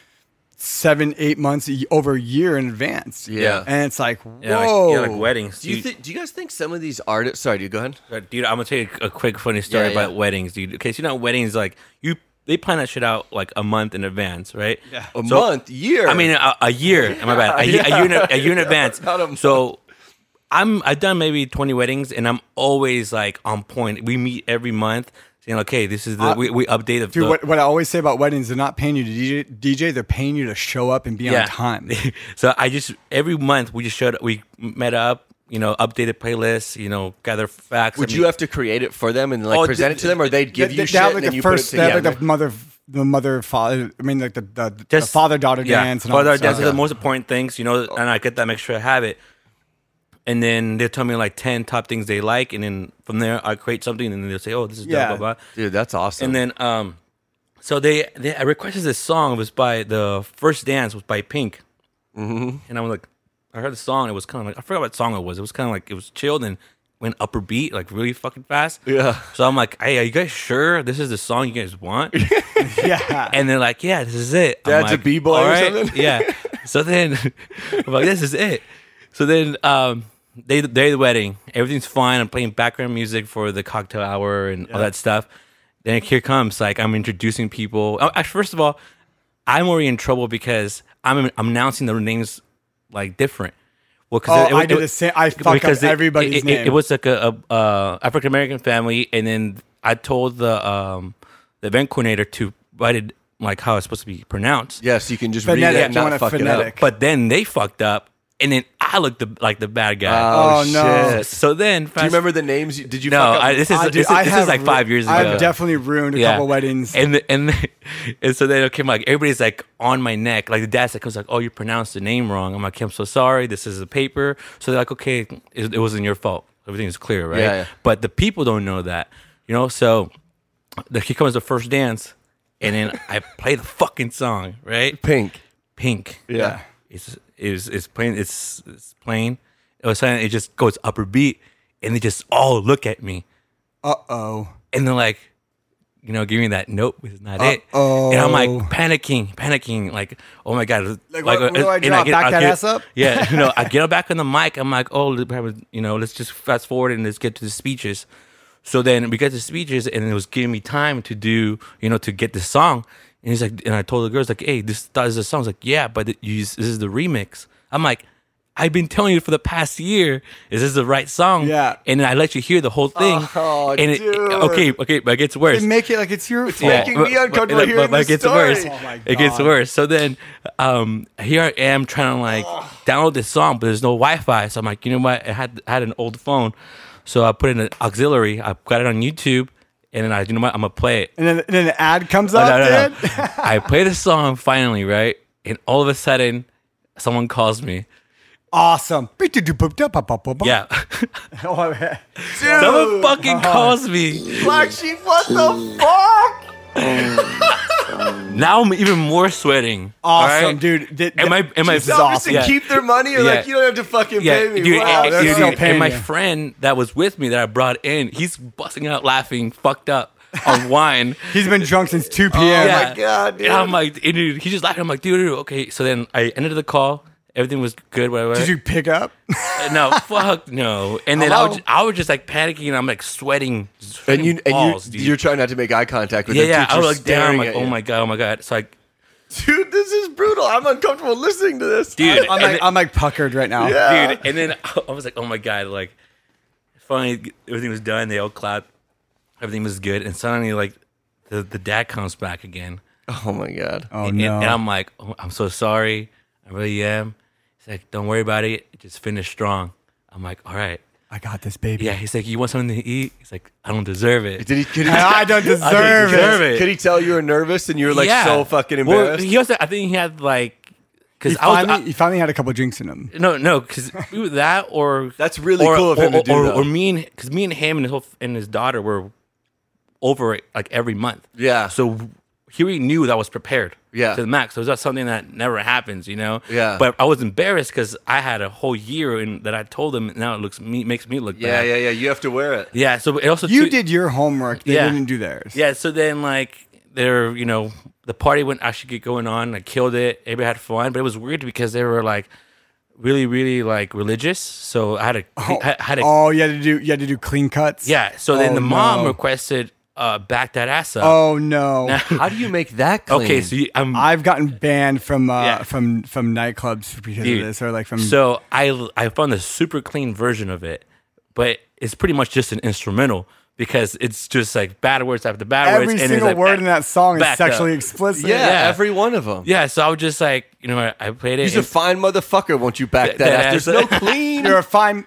seven, eight months y- over a year in advance. Yeah. And it's like, Yeah, like- whoa. yeah, like weddings. do you thi- do you guys think some of these artists? Sorry, dude, go ahead. Uh, dude, I'm gonna tell you a quick funny story Yeah, yeah. about weddings, dude. Okay, so you know weddings like you they plan that shit out like a month in advance, right? Yeah, A month? Year? I mean, a, a year. My bad. A, ye- a year, in, a year in advance. Not a month. So I'm I've done maybe 20 weddings, and I'm always like on point. We meet every month, saying, okay, this is the Uh, we, we update of Dude, the, what, what I always say about weddings, they're not paying you to DJ, DJ they're paying you to show up and be on time. so I just every month we just showed we met up, you know, updated playlists, you know, gather facts. I would mean- you have to create it for them and like Oh, present it th- to them, or they'd give They- you they shit have, and like then the you first, put it they have, together? like the mother, the mother, father, I mean, like the, the, the Just- father-daughter dance and all father that dance stuff. are the most important things, you know, and I get that, make sure I have it. And then they'll tell me like 10 top things they like. And then from there, I create something and then they'll say, oh, this is Yeah. blah, blah, blah. Dude, that's awesome. And then, um, so they, they I requested this song. It was by the first dance was by Pink. Mm-hmm. And I was like, I heard the song. It was kind of like, I forgot what song it was. It was kind of like, it was chilled and went upper beat, like really fucking fast. Yeah. So I'm like, hey, are you guys sure this is the song you guys want? Yeah. and they're like, "Yeah, this is it." I'm Dad's a like, b-boy or "All right." something? yeah. So then, I'm like, "This is it." So then, um, they they're the wedding. Everything's fine. I'm playing background music for the cocktail hour and all that stuff. Then here comes like I'm introducing people. Oh, Actually, first of all, I'm already in trouble because I'm, I'm announcing the names like different. Well, Oh, it- it- I did it- the same- I fuck up because everybody's it, it, It, name. was like a, a uh, African American family, and then I told the um, the event coordinator to write it like how it's supposed to be pronounced. yes, you can just read Phonetic. it and You want not a fuck it up. phonetic. But then they fucked up, and then I looked the, like the bad guy. Oh, no. shit. so then, Do fast, you remember the names? you- Did you? No, fuck up? I, this is I do- this, is, I this have is like ru- five years ago. I've definitely ruined a couple weddings. And the, and the, and so then it came like everybody's like on my neck. Like the dad's like comes like, oh, you pronounced the name wrong. I'm like, I'm so sorry. This is a paper. So they're like, okay, it, it wasn't your fault. Everything's clear, right? Yeah, yeah. But the people don't know that, you know. So the, here comes the first dance, and then I play the fucking song, right? Pink. Pink. Yeah. It's it's it's playing. It's it's playing. All of a sudden, it just goes upper beat, and they just all look at me Uh oh. and they're like, you know, give me that. Nope, it's not it. And I'm like Uh-oh. panicking, panicking, like, oh my god, Like, what- what do I and drop? Back I that ass up? Yeah, you know, I get back on the mic. I'm like, oh, let's have a- you know, let's just fast forward and let's get to the speeches. So then we got the speeches, and it was giving me time to do, you know, to get the song. And he's like, and I told the girls like, hey, this that is the song. I was like, yeah, but it, you, this is the remix. I'm like. I've been telling you for the past year, is this the right song? Yeah. And I let you hear the whole thing. Oh, and it, dude. okay, okay, but it gets worse. They make it like it's your fault. Yeah, Making me uncomfortable but- hearing but this it gets story. worse. Oh my God. It gets worse. So then, um, here I am trying to like download this song, but there's no Wi-Fi. So I'm like, you know what? I had I had an old phone, so I put in an auxiliary. I got it on YouTube, and then I, you know what? I'm gonna play it. And then, and then an ad comes No, up, no, no, no. dude. I play the song finally, right? And all of a sudden, someone calls me. Awesome. Yeah, Oh, man. Oh. someone fucking calls me. Black sheep, what the fuck? Now I'm even more sweating. all Awesome, right? dude. Th- Am I? th- Am I? Jesus. Obviously Yeah. keep their money or Yeah. like you don't have to fucking Yeah, pay me. dude, wow, and, that's dude, so and- and pain, my yeah. friend that was with me that I brought in, he's busting out laughing, fucked up on wine. He's been drunk since 2 p.m. Yeah. God, dude. And I'm like, and dude, he's just laughing. I'm like, dude, dude, okay. So then I ended the call. Everything was good, whatever. Did you pick up? no, fuck no. And then I Hello? was, I was just like panicking and I'm like sweating. And you and balls, you dude. you're trying not to make eye contact with yeah, the yeah. I teacher was like, damn, staring like, at oh you. my God, oh my God. So like, dude, this is brutal. I'm uncomfortable listening to this. dude, I'm like, I'm like puckered right now. Yeah. dude. And then I was like, oh my god, like finally everything was done. They all clapped. Everything was good, and suddenly like the the dad comes back again, Oh my god. Oh, and, no. and I'm like, oh, I'm so sorry, I really am. He's like, don't worry about it. Just finish strong. I'm like, all right. I got this, baby. Yeah, he's like, you want something to eat? He's like, I don't deserve it. Did he? Could And he, I don't deserve deserve it. it. Could he tell you were nervous and you were like Yeah. so fucking Well, embarrassed? he also, I think he had like, because He I was, finally, he finally had a couple drinks in him. I- no, no, because that or That's really cool of him or, to do. Or, though. or me and because me and him and his whole, and his daughter were over it like every month. Yeah. So he already knew that I was prepared. Yeah. To the max. So it was not something that never happens, you know. Yeah. But I was embarrassed because I had a whole year and that I told him. and Now it looks me makes me look yeah, bad. yeah, yeah. You have to wear it. Yeah. So it also You took- did your homework. They Yeah. didn't do theirs. Yeah. So then like they're you know the party wouldn't actually get going on. I killed it. Everybody had fun, but it was weird because they were like. Really, really like religious. So I had to, I had to Oh, you had to do. You had to do clean cuts. Yeah. So then Oh, the mom no. requested uh, back that ass up. Oh no. How do you make that clean? okay. So you, I'm I've gotten banned from uh, Yeah. from from nightclubs because dude. of this, or like from. So I I found a super clean version of it, but it's pretty much just an instrumental because it's just like bad words after bad every words. and it's single like, word eh, in that song is backed up. sexually explicit. yeah, Yeah. every one of them. Yeah. So I was just like, you know, I, I played it. He's a and- fine motherfucker. Won't you back that, that ass? ass There's no up. clean. You're a fine.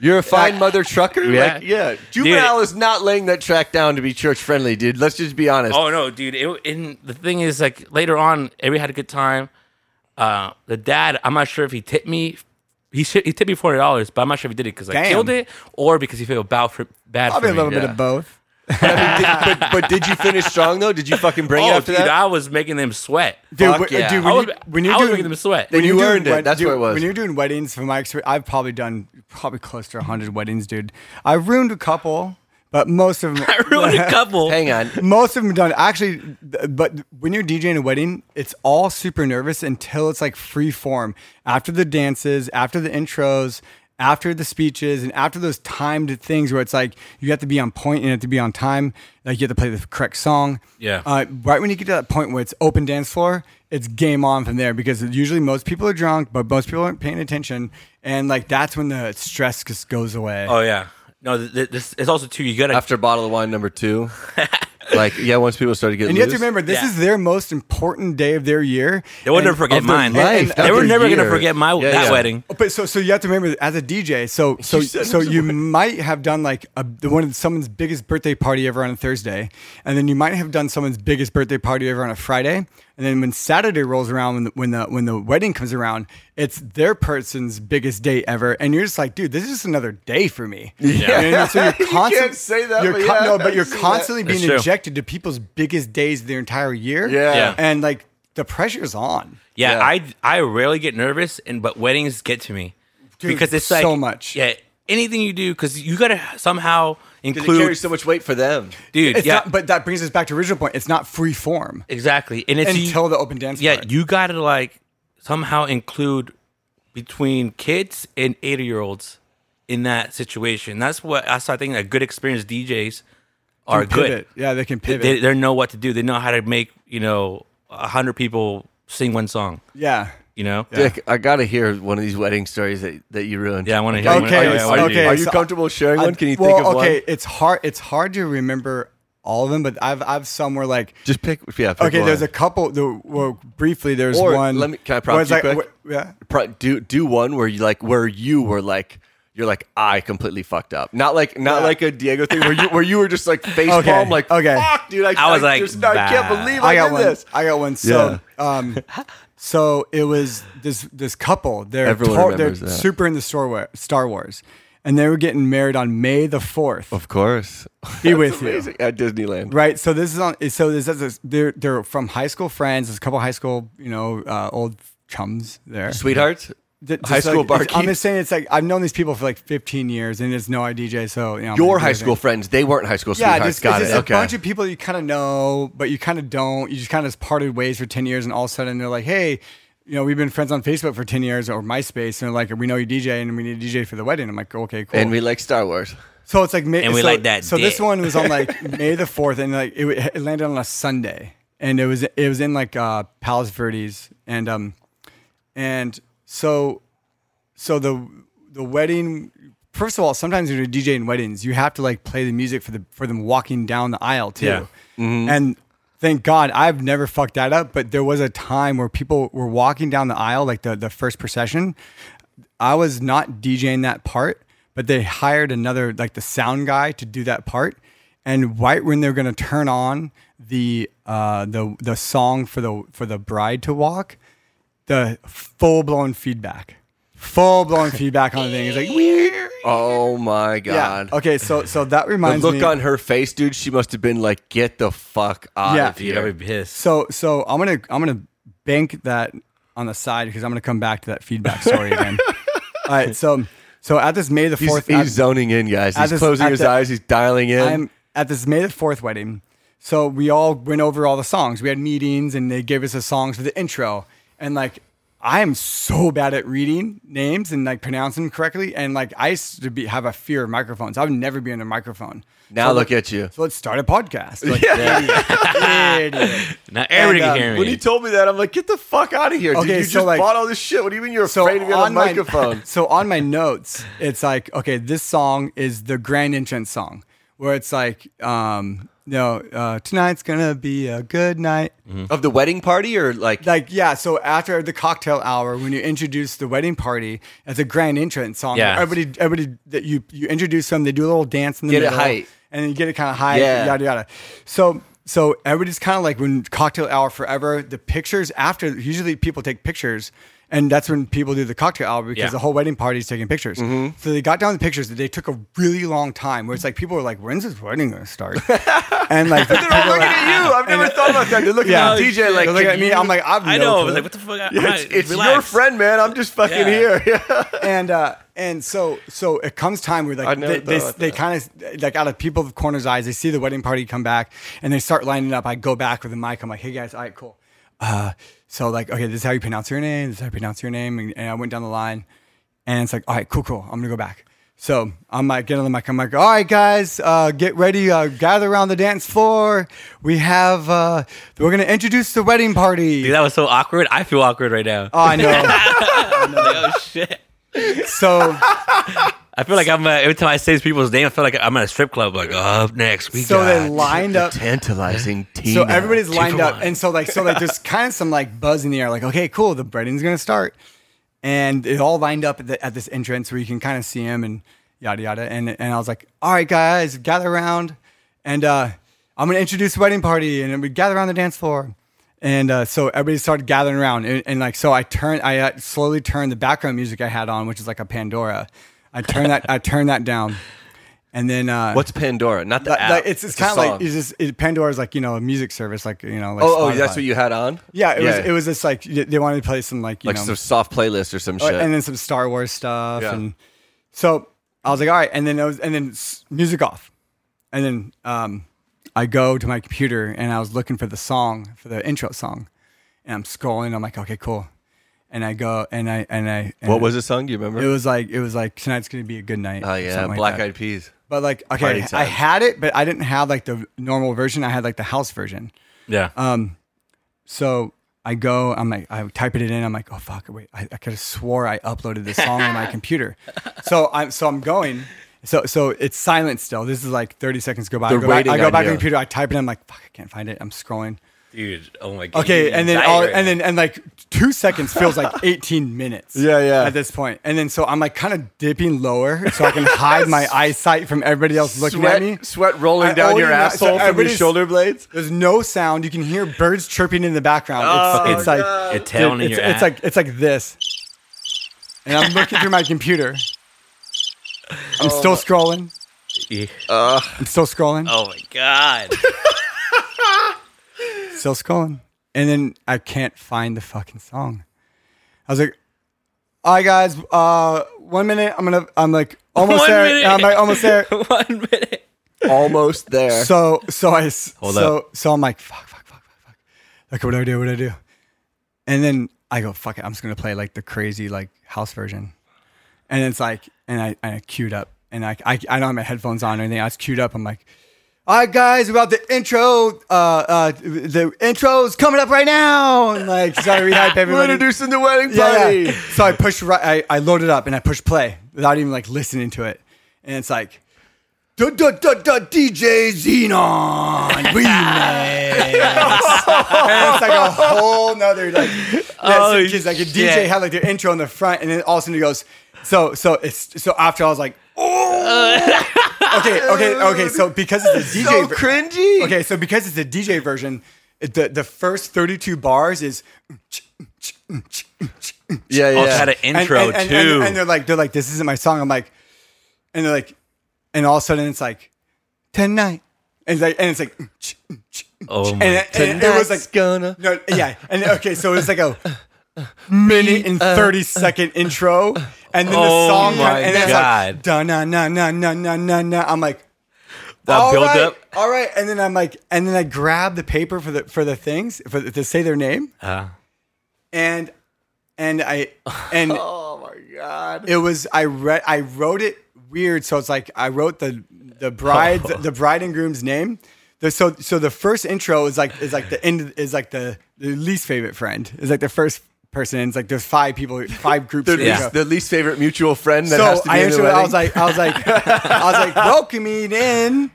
You're a fine mother trucker. Yeah. Like, yeah. Juvenile Dude. is not laying that track down to be church friendly, dude. Let's just be honest. Oh no, dude! It, and the thing is, like later on, everybody had a good time. Uh, the dad, I'm not sure if he tipped me. He should, he tipped me four hundred dollars, but I'm not sure if he did it because I Damn. killed it or because he felt bad for bad. Probably a for me. little bit yeah. of both. But, I mean, did, but, but did you finish strong though? Did you fucking bring it Oh, after dude, that? I was making them sweat. Dude, Fuck when- uh, yeah. dude, I when was, you- when you're I was doing- making them sweat. Then you're you doing earned it. wed- That's dude, what it was. When you're doing weddings, from my experience, I've probably done probably close to 100 weddings, dude. I ruined a couple, but most of them. I ruined a couple. Hang on. Most of them done actually, th- but when you're DJing a wedding, it's all super nervous until it's like free form. After the dances, after the intros, after the speeches, and after those timed things where it's like you have to be on point and you have to be on time. Like you have to play the correct song. Yeah. Uh, right when you get to that point where it's open dance floor, it's game on from there because usually most people are drunk, but most people aren't paying attention, and like that's when the stress just goes away. Oh yeah. No, th- th- this it's also too. You gotta After bottle of wine number two. Like, yeah, once people started getting And you have loose, to remember, this Yeah. is their most important day of their year. They would and never forget of their mine. life. they of were their never gonna year. forget my Yeah, that yeah. wedding. Oh, But so so you have to remember as a DJ. So so said so it was a you wedding. might have done like a, the one of someone's biggest birthday party ever on a Thursday, and then you might have done someone's biggest birthday party ever on a Friday, and then when Saturday rolls around, when the when the, when the wedding comes around, it's their person's biggest day ever, and you're just like, dude, this is just another day for me. Yeah. so you're constantly can't say that, You're but yeah, no, I've but you're seen that. constantly being That's true. injected to people's biggest days of their entire year. Yeah. Yeah. and like the pressure's on. Yeah, Yeah. I I rarely get nervous, and but weddings get to me Dude, because it's like so much. Yeah, anything you do because you gotta somehow Because it include, carries so much weight for them. dude. It's yeah, not, but that brings us back to original point. It's not free form. exactly. And it's you- until the open dance. yeah, floor. you gotta like somehow include between kids and eighty year olds in that situation. That's what I I think that good experienced DJs are pivot. good. Yeah, they can pivot. They, they know what to do. They know how to make you know a hundred people sing one song. yeah. You know. Dick, I gotta hear one of these wedding stories that, that you ruined. Yeah, I wanna Okay. hear one. Okay, Oh, yeah, I wanna okay. hear Are you so- comfortable sharing I- one? Can you well, think of okay, one? it's hard. It's hard to remember all of them, but I've I've some where like Just pick. Yeah. Pick okay, one. there's a couple. The, well, briefly, there's Or one. let me- can I where prompt it's you like, quick? wh- yeah. Pro- do do one where you like where you were like you're like I completely fucked up. Not like not Yeah. like a Diego thing where you where you were just like face Okay, palm like okay. fuck dude. I, I was like, just, I can't bah. believe I, I got did one. this. I got one. So, um, so it was this this couple. They're Everyone to- they're remembers that. super into Star Wars, Star Wars, and they were getting married on May the fourth. Of course, Be with you. at Disneyland. Right. So this is on. So this is they're they're from high school friends. There's a couple high school, you know, uh, old chums there. Sweethearts, Th- just high school like, it's- I'm barkeep? just saying, it's like I've known these people for like 15 years, and there's no IDJ. So you know, I'm gonna your do high my school thing. friends, they weren't high school Yeah, sweethearts. just, got it's it. just okay. a bunch of people you kind of know, but you kind of don't. You just kind of just parted ways for 10 years, and all of a sudden they're like, hey. You know, we've been friends on Facebook for 10 years or MySpace, and they're like, we know you DJ and we need a DJ for the wedding. I'm like, okay, cool. and we like Star Wars. So it's like May, And we so, like that So this dick. one was on like May the fourth, and like it, it landed on a Sunday, and it was it was in like uh, Palos Verdes, and um, and so so the the wedding. First of all, sometimes when you're DJing weddings, you have to like play the music for the for them walking down the aisle too. Yeah. And thank God I've never fucked that up. But there was a time where people were walking down the aisle, like the the first procession, I was not DJing that part, but they hired another, like the sound guy, to do that part. And right when they're gonna turn on the uh, the the song for the for the bride to walk, the full blown feedback, full blown feedback on the thing. It's like, "Wee." Oh my yeah. god. Okay, so so that The reminds look me. on her face, dude. She must have been like, "Get the fuck out Yeah. of You here." gotta be pissed. So so I'm gonna I'm gonna bank that on the side because I'm gonna come back to that feedback story again. All right, so so at this May the He's, fourth, he's zoning in, guys. He's this- closing at his the- eyes. He's dialing in. I'm at this May the Fourth wedding. So we all went over all the songs. We had meetings, and they gave us the songs for the intro. And like, I am so bad at reading names and like pronouncing them correctly. And like, I used to be have a fear of microphones. I would never be on a microphone. now So, look like, at you. So let's start a podcast. Like, yeah. Now And, everybody can um, hear me. When he told me that, I'm like, get the fuck out of here, dude. Okay, You so, just like- bought all this shit. What do you mean you're afraid to be on a my- microphone? so on my notes, it's like, okay, this song is the grand entrance song, where it's like, um, you know, uh, tonight's gonna be a good night. of the wedding party or like, Like, yeah, so after the cocktail hour, when you introduce the wedding party, that's a grand entrance song. Yeah. Everybody, everybody that you you introduce them, they do a little dance in the Get it middle, hype. and then you get it kind of high, Yeah. yada yada. So. So everybody's kind of like when cocktail hour forever. The pictures after usually people take pictures, and that's when people do the cocktail hour because Yeah. the whole wedding party is taking pictures. Mm-hmm. So they got down the pictures. They took a really long time where it's like people were like, "When's this wedding gonna start?" and like they're look at you. I've never thought about that. They're looking Yeah. at the They're DJ like, looking can at me, you- I'm like, I've I no know. I clue. was like, what the fuck? Yeah, it's, I- it's your relax. friend, man. I'm just fucking Yeah. here. Yeah. and uh and so so it comes time where I like never they they, thought they kind of like out of people's corners eyes they see the wedding party come back and they start lining up i go back with a mic i'm like hey guys all right cool uh so like okay this is how you pronounce your name this is how you pronounce your name and, and i went down the line and it's like all right cool cool i'm gonna go back so I'm like, get on the mic. I'm like, all right, guys, uh, get ready, uh, gather around the dance floor. We have, uh, we're gonna introduce the wedding party. Dude, that was so awkward. I Uh, feel awkward right now. oh, I know. oh shit. So I feel like I'm uh, every time I say people's name, I feel like I'm at a strip club. Like oh, up next, we So got they lined up. Tantalizing Tina. So everybody's lined for up, one. and so like so like there's kind of some like buzz in the air, like okay, cool, the breading's gonna start, and it all lined up at, the, at this entrance where you can kind of see him and yada yada, and and I was like, all right, guys, gather around, and uh, I'm gonna introduce the wedding party, and then we gather around the dance floor, and uh, so everybody started gathering around, and, and like so I turned, I uh, slowly turned the background music I had on, which is like a Pandora, I turned that, I turned that down, and then uh, What's Pandora? Not the like, app. like, it's it's a kind of like song. it's just it, Pandora's like you know a music service like you know like oh, oh, that's Spotify. what you had on. yeah it was it was just like y- they wanted to play some like you like know some soft playlist or some uh, shit. and then some Star Wars stuff Yeah. and so I was like all right and then it was and then s- music off and then um I go to my computer and I was looking for the song for the intro song and I'm scrolling I'm like okay cool and I go and I and I and what was the song? Do you remember? it was like it was like tonight's gonna be a good night oh yeah, something like Black that. Eyed Peas. But like, Party okay, I time. had it, but I didn't have like the normal version. I had like the house version. yeah. Um, So I go, I'm like, I type it in. I'm like, oh fuck, wait, I, I could have swore I uploaded this song on my computer. So I'm so I'm going. So so it's silent still. This is like 30 seconds go by. I They're go back, waiting I go on back to you. the computer. I type it. in. I'm like, fuck, I can't find it. I'm scrolling. Dude, oh my god. Okay, You're and then dying all, right and now. then and like two seconds feels like 18 minutes. Yeah, yeah. At this point, and then so I'm like kind of dipping lower so I can hide my eyesight from everybody else looking at sweat, me. sweat rolling I down only your not- so asshole from your everybody's- shoulder blades. There's no sound. You can hear birds chirping in the background. Oh, Fucking it's it's like a town in uh, it's, your it's ass. like it's like this. And I'm looking through my computer. Oh I'm still scrolling. Yeah. I'm still scrolling. oh my god. Still scrolling. And then I can't find the fucking song. I was like, all right guys, uh one minute I'm gonna I'm like almost One there. minute. I'm like almost there. One minute. Almost there. So so I s- Hold so up. so I'm like fuck fuck fuck fuck fuck. Like what do I do? What do I do? And then I go fuck it. I'm just gonna play like the crazy like house version. And it's like and I and I queued up and I I, I don't have my headphones on or anything. I was queued up. I'm like. All right, guys, about the intro. Uh, uh, the intro's coming up right now, and like, sorry, we hype We're everybody. introducing the wedding Yeah, party. yeah. So I pushed right. I, I loaded up and I pushed play without even like listening to it, and it's like, duh, duh, duh, duh, DJ Xenon remix. and it's like a whole nother like. Oh, Oh, like a DJ shit. had like their intro in the front, and then all of a sudden it goes. So so it's so after I was like, oh. okay, okay, okay. So because it's a DJ, So ver- cringy. Okay, so because it's a DJ version, it- the the first thirty two bars is Yeah, yeah. Oh, it's had an and- intro and, and, too. And, and they're like, they're like, this isn't my song. I'm like, and they're like, and all of a sudden it's like, tonight, and it's like, and it's like, "Mm, oh my. and, and it was Tonight's like, gonna. no, yeah, and okay, so it's like a minute and thirty second intro, and then the uh, Oh song, my and it's God. like, da na na na na na na na. I'm like. That "All build right, up?" all right, and then I'm like, and then I grab the paper for the for the things for the, to say their name, Uh, and and I and oh my god, it was I read I wrote it weird, so it's like I wrote the the bride Oh. the bride and groom's name. The- So so the first intro is like is like the end is like the, the least favorite friend is like the first person. It's like there's five people, five groups. Their, that you Yeah. go. least, their least favorite mutual friend that so has to be I in the answered. I was wedding. like I was like I was like welcoming in,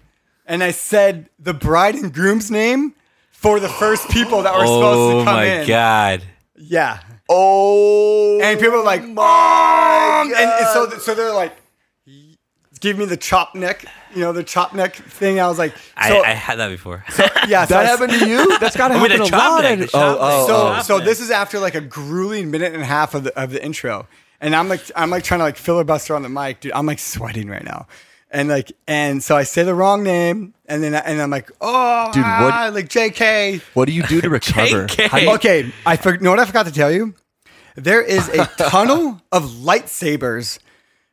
and I said the bride and groom's name for the first people that were oh supposed to come my in. god. Yeah. oh, And people are like, mom, and, and so so they're like, give me the chop neck, you know, the chop neck thing. I was like, so I, I had that before. yeah, so I that s- happened to you. That's gotta I mean, happen a the lot. chop neck. in- The chop oh, neck. so oh, oh. so this is after like a grueling minute and a half of the of the intro, and I'm like I'm like trying to like filibuster on the mic, dude. I'm like sweating right now, and like and so I say the wrong name, and then I, and I'm like, oh, Dude, what- ah, like J.K. What do you do to recover? JK. How do you- Okay, I for, know what I forgot to tell you. There is a tunnel of lightsabers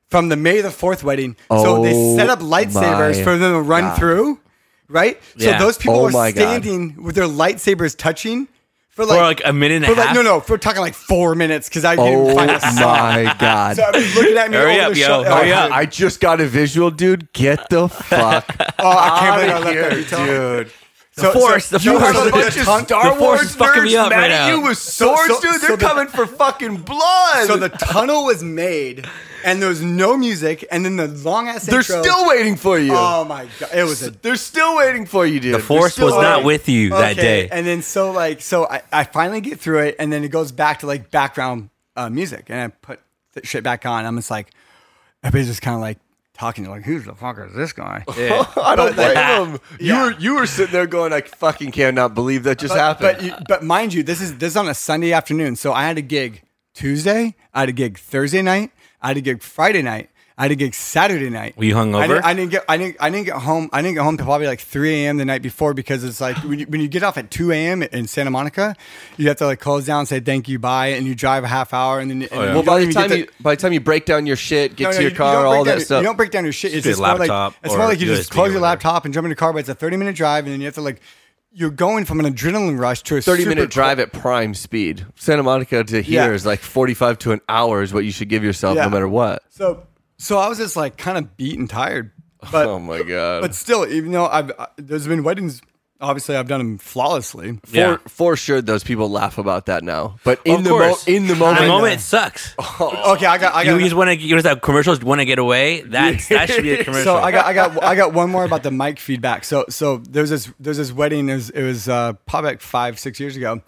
from the May the Fourth wedding. so they Oh set up lightsabers my for them to run through, right? Yeah. So those people Oh were my God. standing with their lightsabers touching for like, For like a minute and a for like- half? no, no, for talking like four minutes because I didn't Oh find a song. my god. So I was looking at me Hurry over up, the yo, shoulder. hurry oh, up. I just got a visual, dude. Get the fuck Oh, I can't believe I out left of that here, detail. dude. The Force, the you have Force. a bunch of Tongue- Star the Force Wars is fucking nerds me up mad right at now. you with swords, so- dude. They're so the- coming for fucking blood. So the tunnel was made, and there was no music, and then the long ass. They're still waiting for you. Oh my god, it was a They're still waiting for you, dude. The Force They're was still not waiting. with you that day. And then so like so I, I finally get through it, and then it goes back to like background uh, music, and I put th- shit back on. I'm just like everybody's just kind of like talking, like who the fuck is this guy? I don't blame them. You Yeah. were you were sitting there going, I fucking cannot believe that just but, happened. but you, but mind you, this is this is on a Sunday afternoon, so I had a gig Tuesday, I had a gig Thursday night, I had a gig Friday night, I had a gig Saturday night. Were you hungover? I didn't, I didn't get I didn't I didn't get home I didn't get home till probably like 3 a.m. the night before because it's like when you, when you get off at 2 a.m. in Santa Monica, you have to like close down, say thank you, bye, and you drive a half hour, and then and you Oh, well, don't by the even get time to- you by the time you break down your shit, get no, to no, your you- you car, don't break all down- that stuff. You don't break down your shit. It's be a just more like laptop it's more or like you just USB close or your whatever. laptop and jump in the car. But it's a thirty minute drive, and then you have to like you're going from an adrenaline rush to a 30 super minute drive at prime speed. Santa Monica to here is Yeah. like 45 to an hour is what you should give yourself Yeah. no matter what. So so I was just like kind of beat and tired, but oh my God. but still, even though I've I, there's been weddings, obviously I've done them flawlessly. for, Yeah. for sure, those people laugh about that now. But in Of the mo- course. in the In moment, the moment, it sucks. Okay, I got I you got. just want to. You just have commercials. Want to get away? That's that should be a so commercial. I got I got I got one more about the mic feedback. So so there's this there's this wedding. It was, it was uh, probably like five six years ago,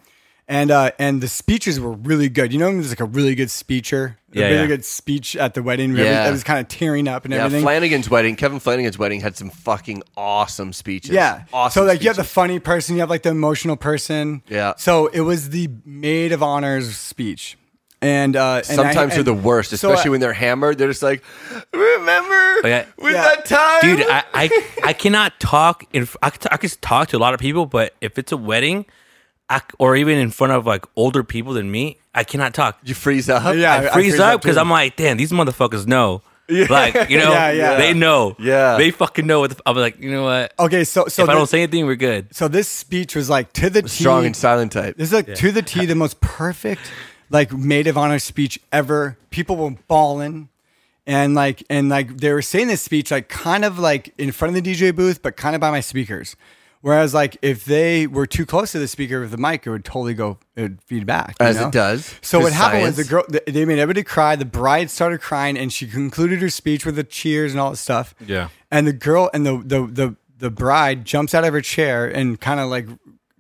and uh, and the speeches were really good. You know, there's like a really good speecher, a Yeah, really yeah. good speech at the wedding. where Yeah. I was kind of tearing up and yeah, everything. Flanagan's wedding, Kevin Flanagan's wedding had some fucking awesome speeches. Yeah. Awesome. so like you have the speeches. funny person, you have like the emotional person. Yeah. So it was the maid of honor's speech. And, uh, and I- Sometimes they're and- the worst, so I- especially when they're hammered. They're just like, remember Oh, Yeah. with Yeah. that time? dude. I, I I cannot talk in. fr- I could- I could talk to a lot of people, but if it's a wedding, I c or even in front of like older people than me, I cannot talk. you freeze up. Yeah, I I freeze freeze up up because too. I'm like, damn, these motherfuckers know. Like you know, Yeah, yeah. they know. Yeah. they fucking know what. The, f- I'm like, you know what? okay. So, so, if I the- don't say anything, we're good. so this speech was like to the T. Strong and silent type. This is like to the T, the most perfect like maid of honor speech ever. People were balling. And like and like they were saying this speech like kind of like in front of the DJ booth, but kind of by my speakers. Whereas like if they were too close to the speaker with the mic, it would totally go it would feed back. you As it know? does, So 'cause what happened was the science. girl th- they made everybody cry. The bride started crying and she concluded her speech with the cheers and all that stuff. Yeah. And the girl and the the the, the bride jumps out of her chair and kind of like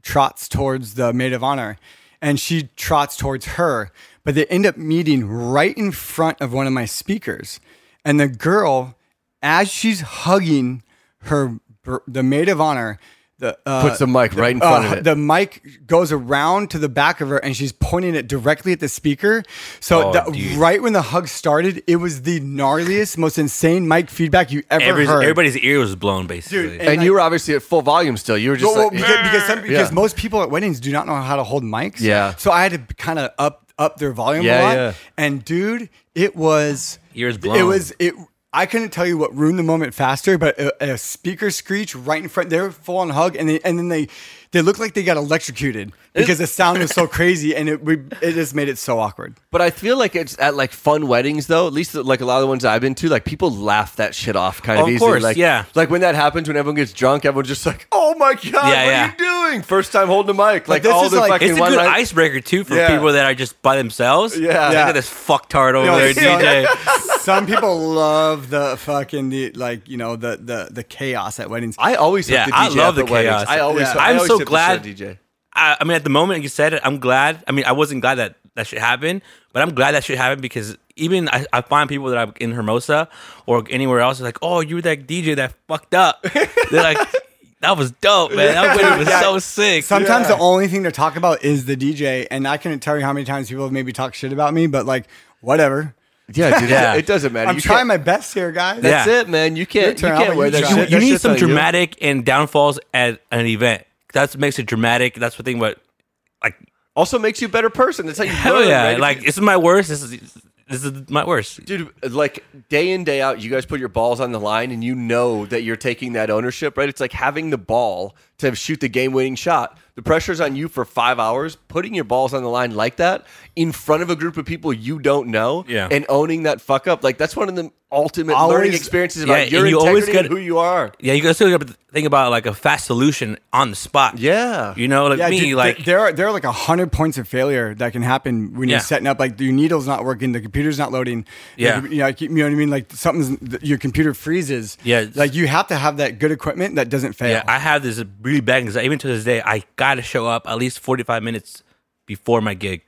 trots towards the maid of honor and she trots towards her but they end up meeting right in front of one of my speakers and the girl as she's hugging her br- the maid of honor the uh, Puts the mic right in front of uh, it. the mic goes around to the back of her and she's pointing it directly at the speaker so Oh, the- dude. right when the hug started it was the gnarliest most insane mic feedback you ever Every, heard everybody's ear was blown, basically. Dude, and you were obviously at full volume still. You were just well, like, because, because, some, because Yeah. most people at weddings do not know how to hold mics. Yeah. So I had to kind of up up their volume Yeah, a lot. yeah. And dude, it was Ears It blown. was it. I couldn't tell you what ruined the moment faster, but a, a speaker screech right in front. They were full on hug, and they, and then they they looked like they got electrocuted because the sound was so crazy, and it we it just made it so awkward. But I feel like it's at like fun weddings though. At least like a lot of the ones I've been to, like people laugh that shit off kind of, Oh, Of easily. course, like, yeah. Like when that happens, when everyone gets drunk, everyone's just like, "Oh my god, Yeah, what are you doing? First time holding a mic." Like this all is the like- fucking It's a one good night- icebreaker too for Yeah. people that are just by themselves. Yeah. Look Yeah. at this fucktard over No, there, so- DJ. Some people love the fucking the like you know the the the chaos at weddings. I always Yeah, yeah, the DJ I love at the weddings. chaos. I always, Yeah. I I'm always so tip the glad- shit DJ. I, I mean, at the moment you said it, I'm glad. I mean, I wasn't glad that that should happen, but I'm glad that should happen because even I, I find people that I'm in Hermosa or anywhere else, like, oh, you were that DJ that fucked up. They're like, that was dope, man. That video was so sick. Sometimes the only thing to talk about is the DJ, and I couldn't tell you how many times people have maybe talked shit about me, but like, whatever. Yeah, dude, Yeah. It doesn't matter. I'm You trying can't- my best here, guys. Yeah. That's it, man. You Your can't. turn. You I'll can't let wear you that try. you, shit. you That need shit's some on you. dramatic and downfalls at an event. That makes it dramatic. That's the thing. What like Also makes you a better person. That's how you hell learn, yeah! right? If Like you- this is my worst. This is this is my worst. Dude, like day in day out, you guys put your balls on the line, and you know that you're taking that ownership, right? It's like having the ball to shoot the game-winning shot. The pressure's on you for five hours. putting your balls on the line like that in front of a group of people you don't know Yeah. and owning that fuck up, like that's one of the ultimate Always- learning experiences about Yeah, your and you integrity always and gotta- who you are. Yeah, you guys still got to think about like a fast solution on the spot. Yeah. you know, like Yeah, me, dude, th- like there are there are like a hundred points of failure that can happen when Yeah. you're setting up. Like your needle's not working, the computer's not loading. the Yeah. com- you know, like, you know what I mean. Like something's th- your computer freezes. Yeah, it's- like you have to have that good equipment that doesn't fail. yeah, I have this really bad anxiety. Even to this day, I gotta show up at least forty five minutes before my gig.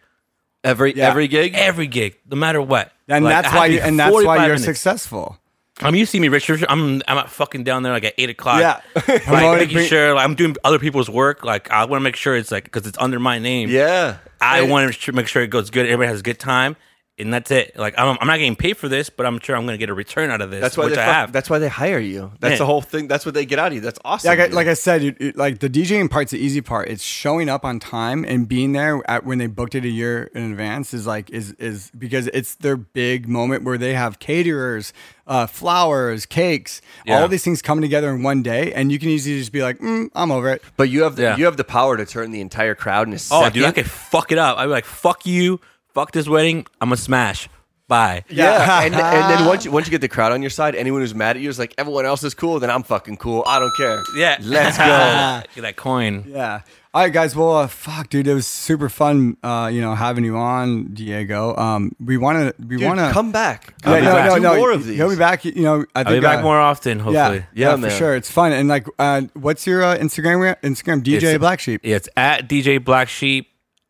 Every Yeah. every gig. Every gig, no matter what. and Like, I that's have why to be and that's 45 why you're minutes. successful. I mean, you see me, Richard. I'm I'm at fucking down there like at eight o'clock. Yeah. like, I'm already making bring- sure like, I'm doing other people's work. Like I want to make sure it's like because it's under my name. Yeah. I want to make sure it goes good. Everybody has a good time, and that's it. Like I'm, I'm not getting paid for this, but I'm sure I'm going to get a return out of this. That's why which they I fuck- have. that's why they hire you. That's Yeah. the whole thing. That's what they get out of you. That's awesome. Yeah, like I, dude. like I said, you, you- like the DJing part's the easy part. It's showing up on time and being there at when they booked it a year in advance is like is is because it's their big moment where they have caterers, uh, flowers, cakes, Yeah. all these things coming together in one day, and you can easily just be like, mm, I'm over it. But you have the, Yeah. you have the power to turn the entire crowd in a oh, second. dude, I could fuck it up. I'd be like, fuck you, fuck this wedding. I'm gonna smash. Bye. yeah, and, and then once you, once you get the crowd on your side, anyone who's mad at you is like, everyone else is cool, then I'm fucking cool. I don't care. Yeah. let's go. Get that coin. Yeah. All right, guys. Well, uh, fuck, dude, it was super fun. Uh, you know, having you on, Diego. Um, we want to, we Dude, want to come back. Yeah, Come back. no, no, Do no. more of these. He'll be back. You know, I think I'll be back uh, more often, hopefully. Yeah, Yeah, yeah, for man. sure. It's fun. And like, uh, what's your uh, Instagram? re- Instagram DJ It's- Black Sheep. Yeah, it's at DJ Black Sheep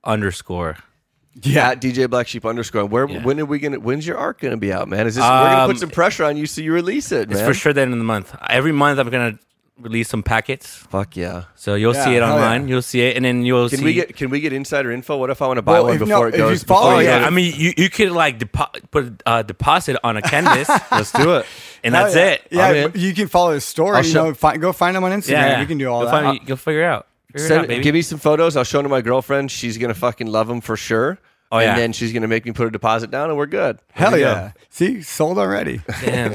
underscore. Yeah, At DJ Black Sheep underscore. Where when are we gonna? When's your arc gonna be out, man? Is this we're gonna Um, put some pressure on you so you release it, It's man? for sure the end of the month. Every month I'm gonna release some packets, Fuck yeah. so you'll Yeah, see it hell yeah. online. You'll see it, and then you'll Can see. we get can we get insider info? What if I want to buy Well, one if- no, before it if you goes? follow- before Oh you yeah, go to- I mean, you, you could like depo- put a uh, deposit on a canvas. let's do it. and that's Oh, yeah. it. Yeah, I'm in. you can follow his story. I'll you show- know, find, go find him on Instagram. Yeah, We can do all you'll that. Find, you'll figure it out. Figure it Send- out, baby. give me some photos. I'll show them to my girlfriend. She's gonna fucking love them for sure. Oh, yeah. And then she's gonna make me put a deposit down, and we're good. Hell There we go. yeah! See, sold already. Damn,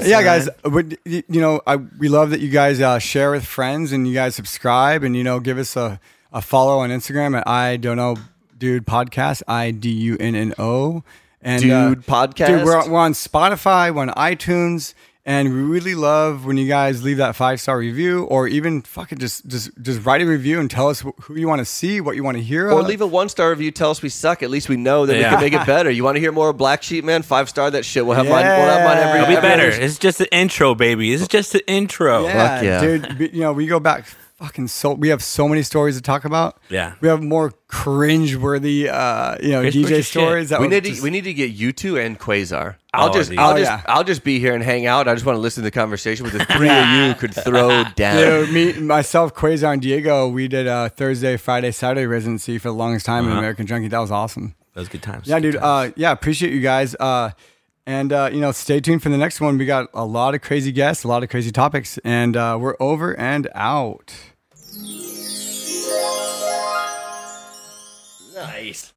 yeah, guys. son. Would, you you know, I, we love that you guys uh, share with friends and you guys subscribe and you know give us a, a follow on Instagram at I don't know dude podcast I D U N N O and uh, Dude Podcast. Dude, we're, on- we're on Spotify, we're on iTunes, and we really love when you guys leave that five star review or even fucking just just just write a review and tell us wh- who you want to see, what you want to hear, Or of. leave a one star review. Tell us we suck. At least we know that Yeah. we can make it better. You want to hear more of Black Sheep, man? Five star that shit. We'll have mine. We'll have mine every. Yeah. It'll be every better. other- It's just the intro, baby. It's just the intro. Yeah, Fuck yeah. dude. But, you know, we go back fucking so we have so many stories to talk about. Yeah. we have more cringe-worthy, uh, you know, Cringe-worthy DJ shit. stories that We would need just- to we need to get you two and Quasar. I'll Oh, just dude. I'll Oh, just yeah. I'll just be here and hang out. I just want to listen to the conversation. But the three of you could throw down. Dude, me, myself, Quasar, and Diego, we did uh, Thursday, Friday, Saturday residency for the longest time Uh-huh. in American Junkie. That was awesome. Those good times. Yeah, dude. Uh, yeah, appreciate you guys. Uh, and uh, you know, stay tuned for the next one. We got a lot of crazy guests, a lot of crazy topics, and uh, we're over and out. Nice.